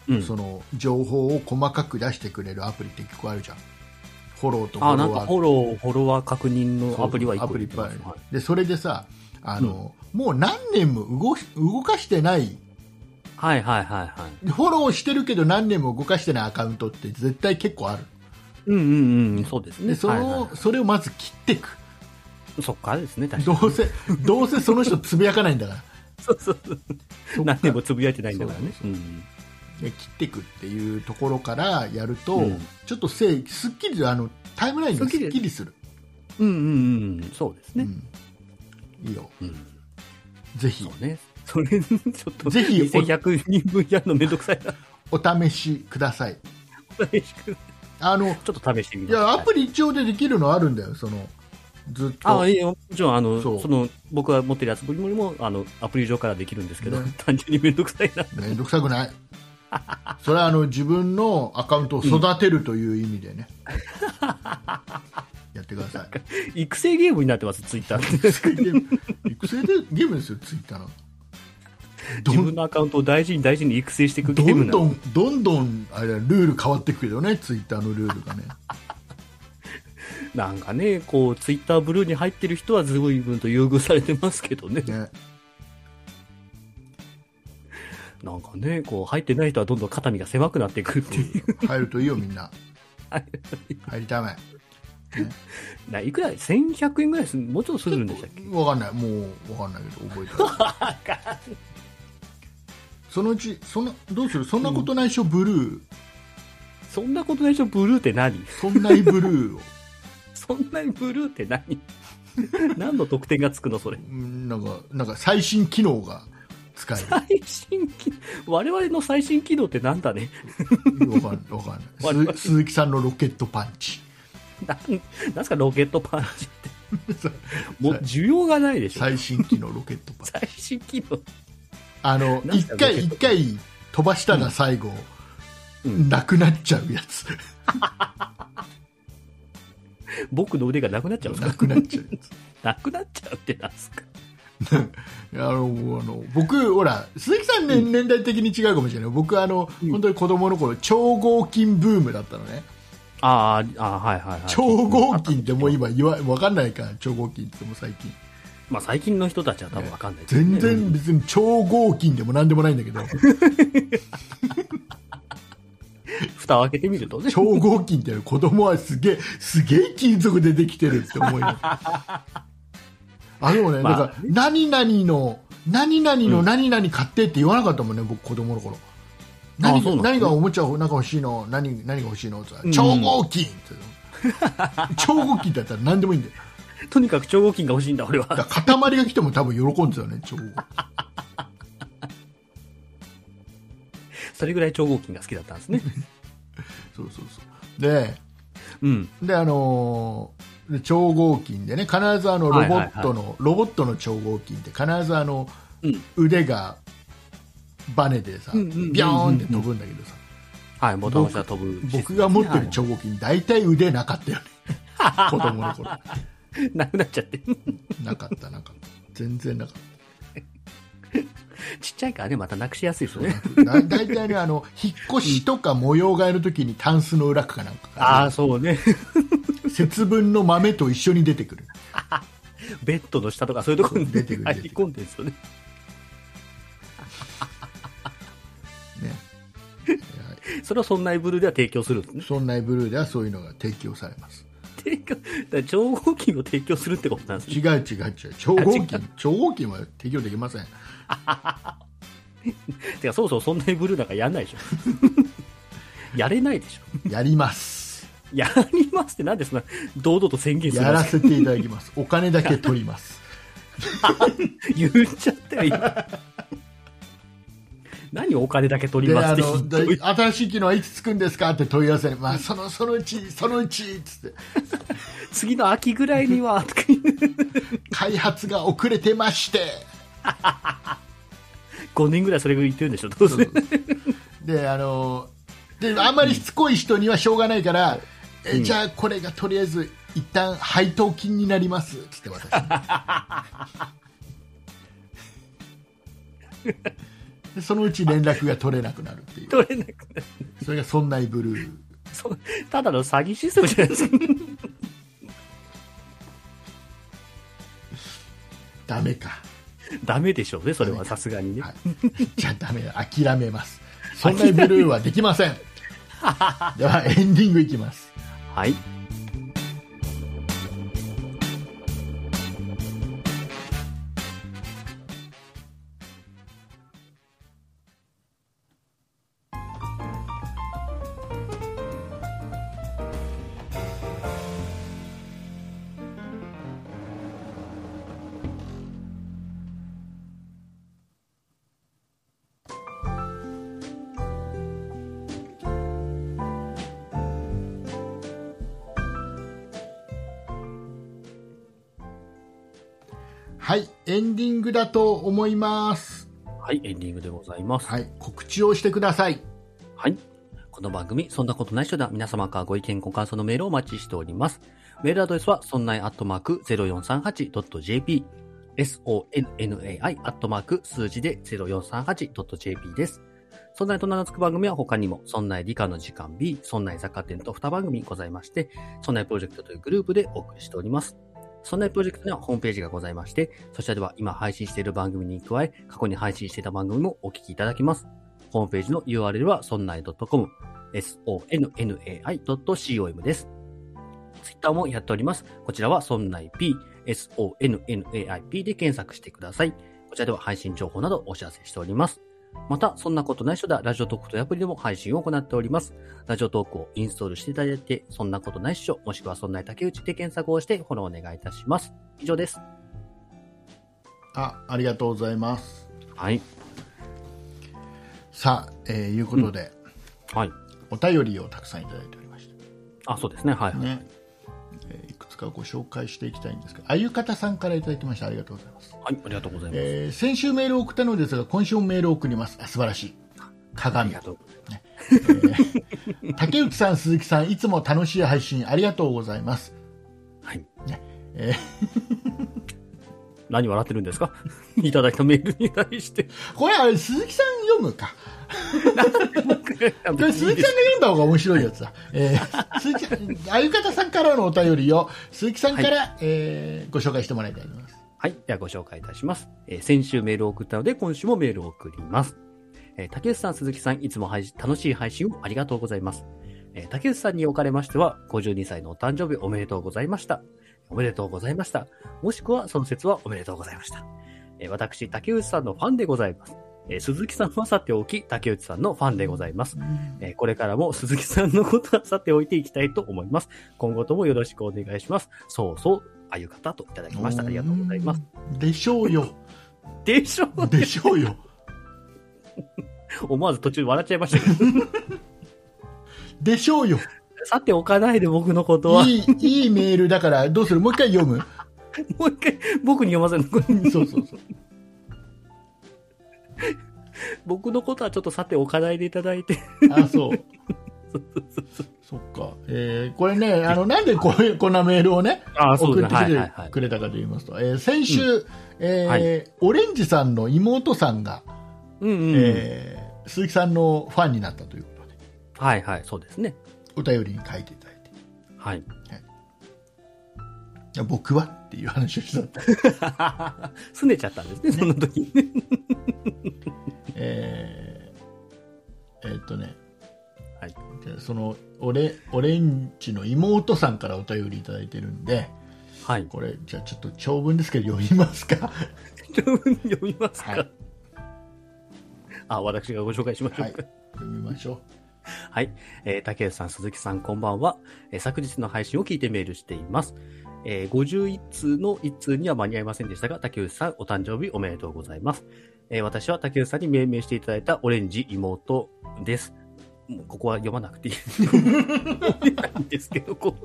C: うん、
B: その、情報を細かく出してくれるアプリって結構あるじゃん。フォローとフ
C: あ、
B: ォ
C: な
B: ロ
C: んか
B: ワー
C: フォロー、フォロワー確認
B: そう
C: のアプリはい
B: アプリいっぱいあ
C: は
B: る
C: います。
B: で、それでさ、あの、もう何年も動し動かしてない
C: はいはいはいはい。
B: フォローしてるけど何年も動かしてないアカウントって絶対結構ある
C: うんうんうん、そうですね。
B: でその、
C: はいは
B: それをまず切っていく
C: い、そっからですね、確かに。
B: どうせどうせその人つぶやかないんだから
C: そうそうそう。
B: そっか
C: 何年もつぶやいてないんだからね。
B: そううんで切っていくっていうところからやると、
C: うん
B: ちょっとせいすっきりあのタイムラインが
C: すっ
B: す
C: きり
B: っきりする
C: うんうんうん、そうですね。
B: うんいいよ
C: うん
B: ぜひ
C: そうね。 それ、ちょっと、
B: ぜひ
C: 2100人分やるのめんどく さいな。
B: お試しください
C: ちょ
B: あの
C: っと試してみ
B: い
C: ます。
B: やアプリ一応でできるのあるんだよそのずっと
C: あいいよ。もちろん、あの、
B: そう
C: その、僕が持ってるやつよりも、あの、アプリ上からできるんですけど、
B: ね
C: 単純にめんどくさいな。
B: 面倒くさくないそれはあの自分のアカウントを育てるという意味で ね、やってください
C: 育成ゲームになってます、ツイッター
B: 育成ゲーム育成でゲームですよツイッターのど
C: 自
B: ん
C: 分のアカウントを大事に大事に育成していくゲ
B: ど
C: ーム
B: ん
C: な
B: ど
C: の。
B: んどんどんあれルール変わっていくけどねツイッターのルールがね
C: なんかね、こう、ツイッターブルーに入ってる人は随分と優遇されてますけどね。
B: ね
C: なんかね、こう、入ってない人はどんどん肩身が狭くなっていくっていう。
B: 入るといいよみんな入りたま
C: ないくら、1100円ぐらいする、もうちょっとするんでしたっけ
B: えわかんないもうわかんないけど覚えてないそのうちそんなどうするそんなことないっしょ、ブルー
C: そんなことないでしょ、ブルーって何
B: そんないブルーを
C: そんなにブルーって何 何の得点がつくのそれ。
B: うんなんか、なんか最新機能が使え
C: 最新機、我々の最新機能ってなんだね。
B: る。わかんない、わか
C: 我
B: んな
C: 々
B: い。す鈴木さんのロケットパンチ。
C: なん、なんすかロケットパンチって。 もう需要がないでしょ。
B: 最新機能ロケットパンチ。
C: 最新機能。
B: あの、
C: なん
B: 一
C: だ
B: 回、
C: ロケ
B: 一回飛ばしたら最後、
C: うん
B: なくなっちゃうやつ。
C: 僕の腕がなくなっ ちゃうんです
B: な
C: か
B: くなっちゃうや
C: なくなっちゃうってなんすか
B: つ。あの、もうあの、僕、ほら、鈴木さんね、年代的に違うかもしれない。僕、あの、
C: うん
B: 本当に子供の頃、超合金ブームだったのね。
C: あーあー、はいはいはい。
B: 超合金ってもう今言わ、わかんないから、超合金ってもう最近。
C: まあ最近の人たちは多分わかんないですね
B: 全
C: う
B: 然
C: ん
B: 別に超合金でも何でもないんだけど、
C: 蓋を開けてみるとね。
B: 超合金っていうのは子供はすげえ、すげえ金属でできてるって思いながら。あ、でもね、
C: まあ
B: なんか、何々の、何々
C: う
B: の
C: ん
B: 何々買ってって言わなかったもんね、僕子供の頃。
C: あ
B: 何
C: そうなんだ
B: 何がおもちゃをなんか欲しいの何何が欲しいのって言った
C: うん
B: ら超合金って言う の超合金だったら何でもいいんだよ。
C: とにかく超合金が欲しいんだ、俺は。
B: だから塊が来ても多分喜んでたよね、超合金。
C: それぐらい超合金が好きだったん ですね。
B: そうそうそう。で、
C: うん。
B: であのーで超合金でね必ずあのロ
C: はい
B: ボ
C: はいはい
B: ットの、ロボットの超合金って必ずあの、
C: うん
B: 腕がバネでさ、
C: うんうんうんうん
B: ビョーンって飛ぶんだけどさ、
C: はい、ボタン押したら飛ぶシステムですね。
B: 僕が持って
C: は
B: る
C: い
B: 超合金大体腕なかった よね子供の頃
C: なくなっちゃって。
B: なかったなかった全然なかっ
C: ちっちゃいからね、またなくしやすいで すね。
B: ただ大体ねあの引っ越しとか模様替えの時にタンスの裏かなんか
C: あ
B: か
C: あ、そうね。
B: ら節分の豆と一緒に出てくる
C: ベッドの下とかそういうところに
B: 出
C: 入
B: て
C: り
B: くる出てくる
C: 込んでるんですよね。
B: ね
C: それをそんなエブルでは提供するんですね。
B: そんなブルーではそういうのが提供されます
C: 提供、だから超合金を提供するってことなんですね。
B: 違う違う違う超合金超合金は提供できません
C: てか、そもそもそんなにブルーなんかやんないでしょ。 やれないでしょ。
B: やり ます
C: やりますってなんでそんな堂々と宣言する
B: や
C: んで
B: ら
C: すか
B: せていただきますお金だけ取ります
C: 言っちゃったよ、今。何お金だけ取り
B: で
C: ます
B: あ
C: って
B: の
C: ひどい
B: だ新しい機能はいつつくんですかって問い合わせに、まあ、そのそのうちそのうちっつって
C: 次の秋ぐらいには、と か言う
B: 開発が遅れてまして
C: 5年ぐらいそれぐらい言ってるんでしょ、どうせ。
B: であのであんまりしつこい人にはしょうがないから、えじゃあこれがとりあえず一旦配当金になりますっつって私でそのうち連絡が取れなくなるっていう
C: 取れなくなる。
B: それがそんないブルー
C: そうただの詐欺システムじゃないですか。
B: ダメか、
C: ダメでしょうね、それはさすがにね。
B: はい、じゃあダメだ諦めますそんないブルーはできませんではエンディングいきます
C: はい。
B: はいエンディングだと思います
C: はい、エンディングでございます。
B: はい、告知をしてください。
C: はい。この番組、そんなことない人だ。皆様からご意見、ご感想のメールをお待ちしております。メールアドレスは、そんないアットマーク 0438.jp、sonnai アットマーク数字で 0438.jp です。そんないと名の付く番組は他にも、そんない理科の時間 B、そんない雑貨店と2番組ございまして、そんないプロジェクトというグループでお送りしております。そんないプロジェクトにはホームページがございまして、そちらでは今配信している番組に加え、過去に配信していた番組もお聞きいただきます。ホームページの URL は sonnai.com、sonnai.com です。ツイッターもやっております。こちらは sonnaip、sonnaip で検索してください。こちらでは配信情報などお知らせしております。また、そんなことない人ではラジオトークというアプリでも配信を行っております。ラジオトークをインストールしていただいて、そんなことないっしょ、もしくはそんない竹内で検索をしてフォローお願いいたします。以上です。
B: あ、ありがとうございます。
C: はい。
B: さあ、えーいうことで、
C: はい。
B: お便りをたくさんいただいておりまし
C: あ、そうですね。はい、
B: た。
C: はい。
B: ね。えーいくつかご紹介していきたいんですけど、あゆかたさんからいただきました。ありがとうございます。
C: はい。ありがとうございます。
B: えー先週メールを送ったのですが、今週もメールを送ります。あ素晴らしい。
C: あり
B: 鏡
C: が。とう。
B: えー竹内さん、鈴木さん、いつも楽しい配信ありがとうございます。
C: はい。
B: え
C: 何笑ってるんですか いただいたメールに対して。
B: これ、あれ、鈴木さん読むか。これ鈴木さんが読んだ方が面白いやつだ。えー、鈴木さん、あゆかたさんからのお便りを鈴木さんから、えーご紹介してもらいたいと思います。
C: はい。ではご紹介いたします。えー先週メールを送ったので、今週もメールを送ります。えー竹内さん、鈴木さん、いつも配信楽しい配信をありがとうございます。えー竹内さんにおかれましては、52歳のお誕生日おめでとうございました。おめでとうございました。もしくは、その説はおめでとうございました。えー私、竹内さんのファンでございます。えー鈴木さんはさておき、竹内さんのファンでございます。えーこれからも鈴木さんのことはさておいていきたいと思います。今後ともよろしくお願いします。そうそう、あゆかたといただきました。ありがとうございます。
B: す。でしょうよ。
C: でしょ
B: でしょうよ。
C: 思わず途中で笑っちゃいました けど。
B: でしょうよ。
C: さておかないで僕の ことは。
B: いい、いいメールだから、どうするもう一回読む
C: もう一回、僕に読ませるのこれ
B: そうそうそう。
C: 僕のことはちょっとさておかないでいただいて。
B: あ、そう。そっか。えーこれね、あの、なんでこういう、こんなメールをね、
C: ああ、
B: 送ってき
C: はいはい
B: て
C: はい。
B: くれたかと言いますと、えー先週、えー
C: は
B: オレンジさんの妹さんが、
C: うんうん。
B: えー鈴木さんのファンになったということで、
C: はいはい、そうですね。
B: お便りに書いていただいて
C: はい。
B: いや、僕はっていう話をしたんで、
C: すねちゃったんですね、その時にね。
B: えーえーっとね、
C: はい
B: じゃあそのオレオレンジの妹さんからお便りいただいてるんで
C: はい。
B: これじゃあちょっと長文ですけど読みますか
C: 読みます か、
B: はい
C: あ、私がご紹介しましょう
B: は
C: か
B: い。読みましょう
C: はい。えー竹内さん、鈴木さん、こんばんは、えー昨日の配信を聞いてメールしています。えー51通の1通には間に合いませんでしたが、竹内さん、お誕生日おめでとうございます。えー私は竹内さんに命名していただいたオレンジ妹です。もうここは読まなくていい。 読めないんですけど、こ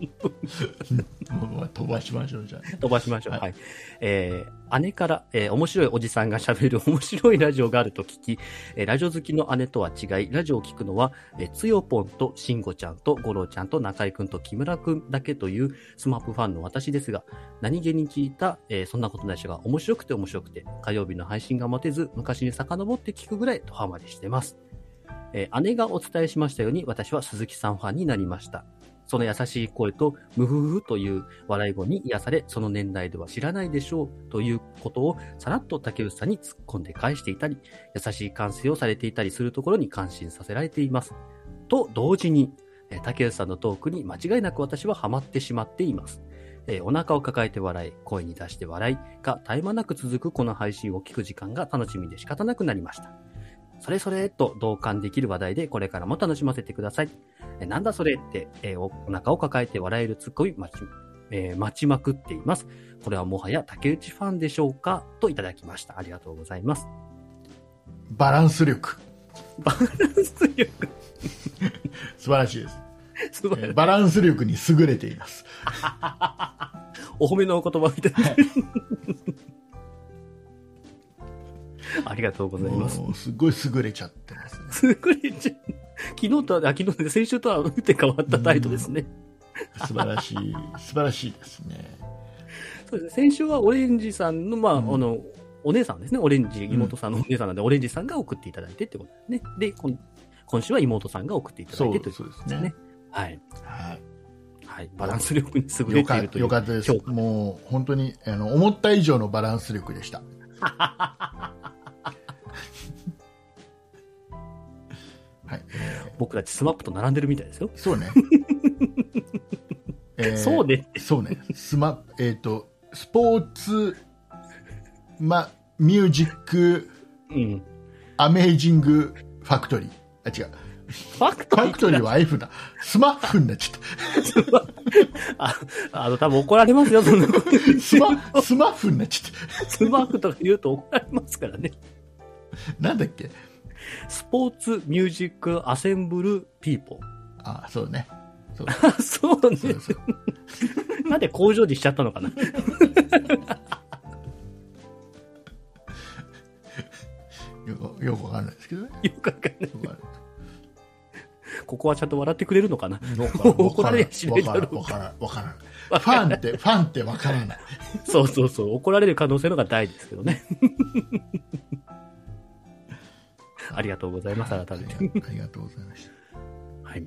C: の
B: もう飛ばしましょうじゃあ
C: 飛ばしましょう。
B: はい
C: はい。えー姉から、えー面白いおじさんが喋る 面白いラジオがあると聞き、えーラジオ好きの姉とは違い、ラジオを聞くのは、えーつよぽんとしんごちゃんとごろうちゃんと中井くんと木村くんだけというスマップファンの私ですが、何気に聞いた、えーそんなことないしが面白くて面白くて、火曜日の配信が待てず、昔に遡って聞くぐらいドハマりしてます。えー姉がお伝えしましたように、私は鈴木さんファンになりました。その優しい声と、ムフフフという笑い声に癒され、その年代では知らないでしょうということをさらっと竹内さんに突っ込んで返していたり、優しい感性をされていたりするところに感心させられています。と同時に、 えー竹内さんのトークに間違いなく私はハマってしまっています。えーお腹を抱えて笑い、声に出して笑いが絶え間なく続くこの配信を聞く時間が楽しみで仕方なくなりました。それそれと同感できる話題でこれからも楽しませてください。えーなんだそれって、えーおお腹を抱えて笑えるツッコミ待ち、えー待ちまくっています。これはもはや竹内ファンでしょうかといただきました。ありがとうございます。
B: バランス力
C: バランス力、
B: 素晴らしいです、
C: 素
B: え
C: 晴らし
B: ー
C: い。
B: バランス力に優れています
C: お褒めのお言葉みたいな。 ありがとうございます。
B: もうすごい優れちゃってますね
C: すごい じゃん昨日とは、あ昨日で、先週とは打って変わった態度ですね。
B: 素晴らしい素晴らしいですね
C: そうですね。先週はオレンジさんの、まあ、
B: うん
C: あの、お姉さんですね。オレンジ、妹さんのお姉さんなんで、オレンジさんが送っていただいてってことですね。で、こん今週は妹さんが送っていただ
B: そ
C: いうてという
B: そうで
C: ことですす
B: ね
C: ね。はい。
B: はい
C: はい。バランス力に優れ
B: よ
C: てい
B: か
C: るという。
B: よかったです
C: 評価
B: もう本当にあの思った以上のバランス力でした はい、
C: 僕たちスマップと並んでるみたいですよ。
B: そう ね、えー
C: そうね。
B: そうねスマえっ、とスポーツまミュージック
C: うん。
B: アメージングファクトリーあ違う
C: ファク
B: フ
C: トリー
B: ァクトリーは F だスマッフになっちゃった
C: あ、あの、多分怒られますよ、そんなこと言って。
B: スマ、スマッフになっちゃっ
C: スマークとか言うと怒られますからね。
B: て。なんだっけ
C: スポーツ、ミュージック、アセンブル、ピーポー。
B: あ、そうね。そう
C: あ、そう ね。
B: そうそう。
C: なんで工場にしちゃったのかな。
B: よく、よくわかんないですけどね。
C: よくわかんない。
B: よくわかん
C: ここはちゃんと笑ってくれるのかな。
B: ない
C: 怒られやしないだろう
B: わからん、わからん。わからんファンって、ファンってわからない。
C: そうそうそう。怒られる可能性の方が大ですけど ね。ありがとうございます、改めて。
B: ありがありがとうございまし
C: はい。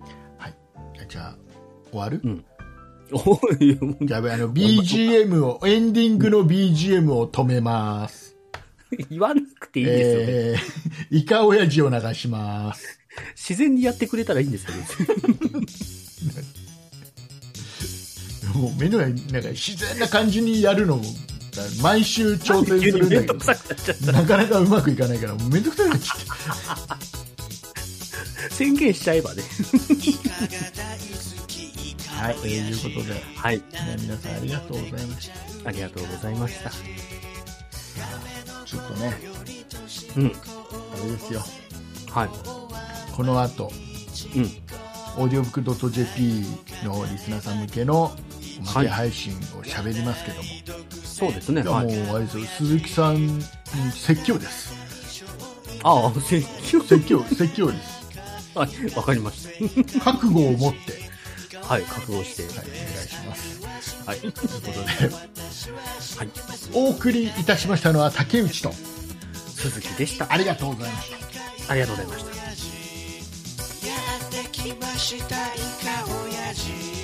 B: た。じゃあ、終わる
C: うんおいもう
B: やべ、あの、BGM を、エンディングの BGM を止めます。
C: 言わなくていいんですよね、
B: えー、イカオヤジを流します。
C: 自然にやってくれたらいいんですけど。
B: もう目の前、なんか自然な感じにやるのを、毎週挑戦す
C: 急
B: る
C: に
B: ん
C: め
B: だけ
C: んど
B: ど
C: く。さくなっちゃっ
B: なかなかうまくいかないから、もうめんどくさいなっちゃって。
C: た。宣言しちゃえばね。
B: はい、ということで、ね、
C: はい。
B: 皆さんありがとうございました。
C: ありがとうございました。
B: ちょっとね、
C: うん。
B: あれですよ、
C: はい。
B: この後、
C: うん。
B: オーディオブックドット JP のリスナーさん向けのおまけ配信を喋りますけども、
C: そうですね。
B: いやも
C: は
B: うあ
C: い。
B: れですよ、鈴木さん、説教です。
C: ああ、説教。
B: 説 教、説教です。
C: はい。わかりまし
B: 覚悟を持って、
C: た。はい。覚悟して。
B: はい、お願いします。
C: はい。
B: と いうことで、
C: はい。
B: お送りいたしましたのは竹内と、
C: 鈴木でした。
B: ありがとうございました。
C: ありがとうございました。
A: やってきましたイカオヤジ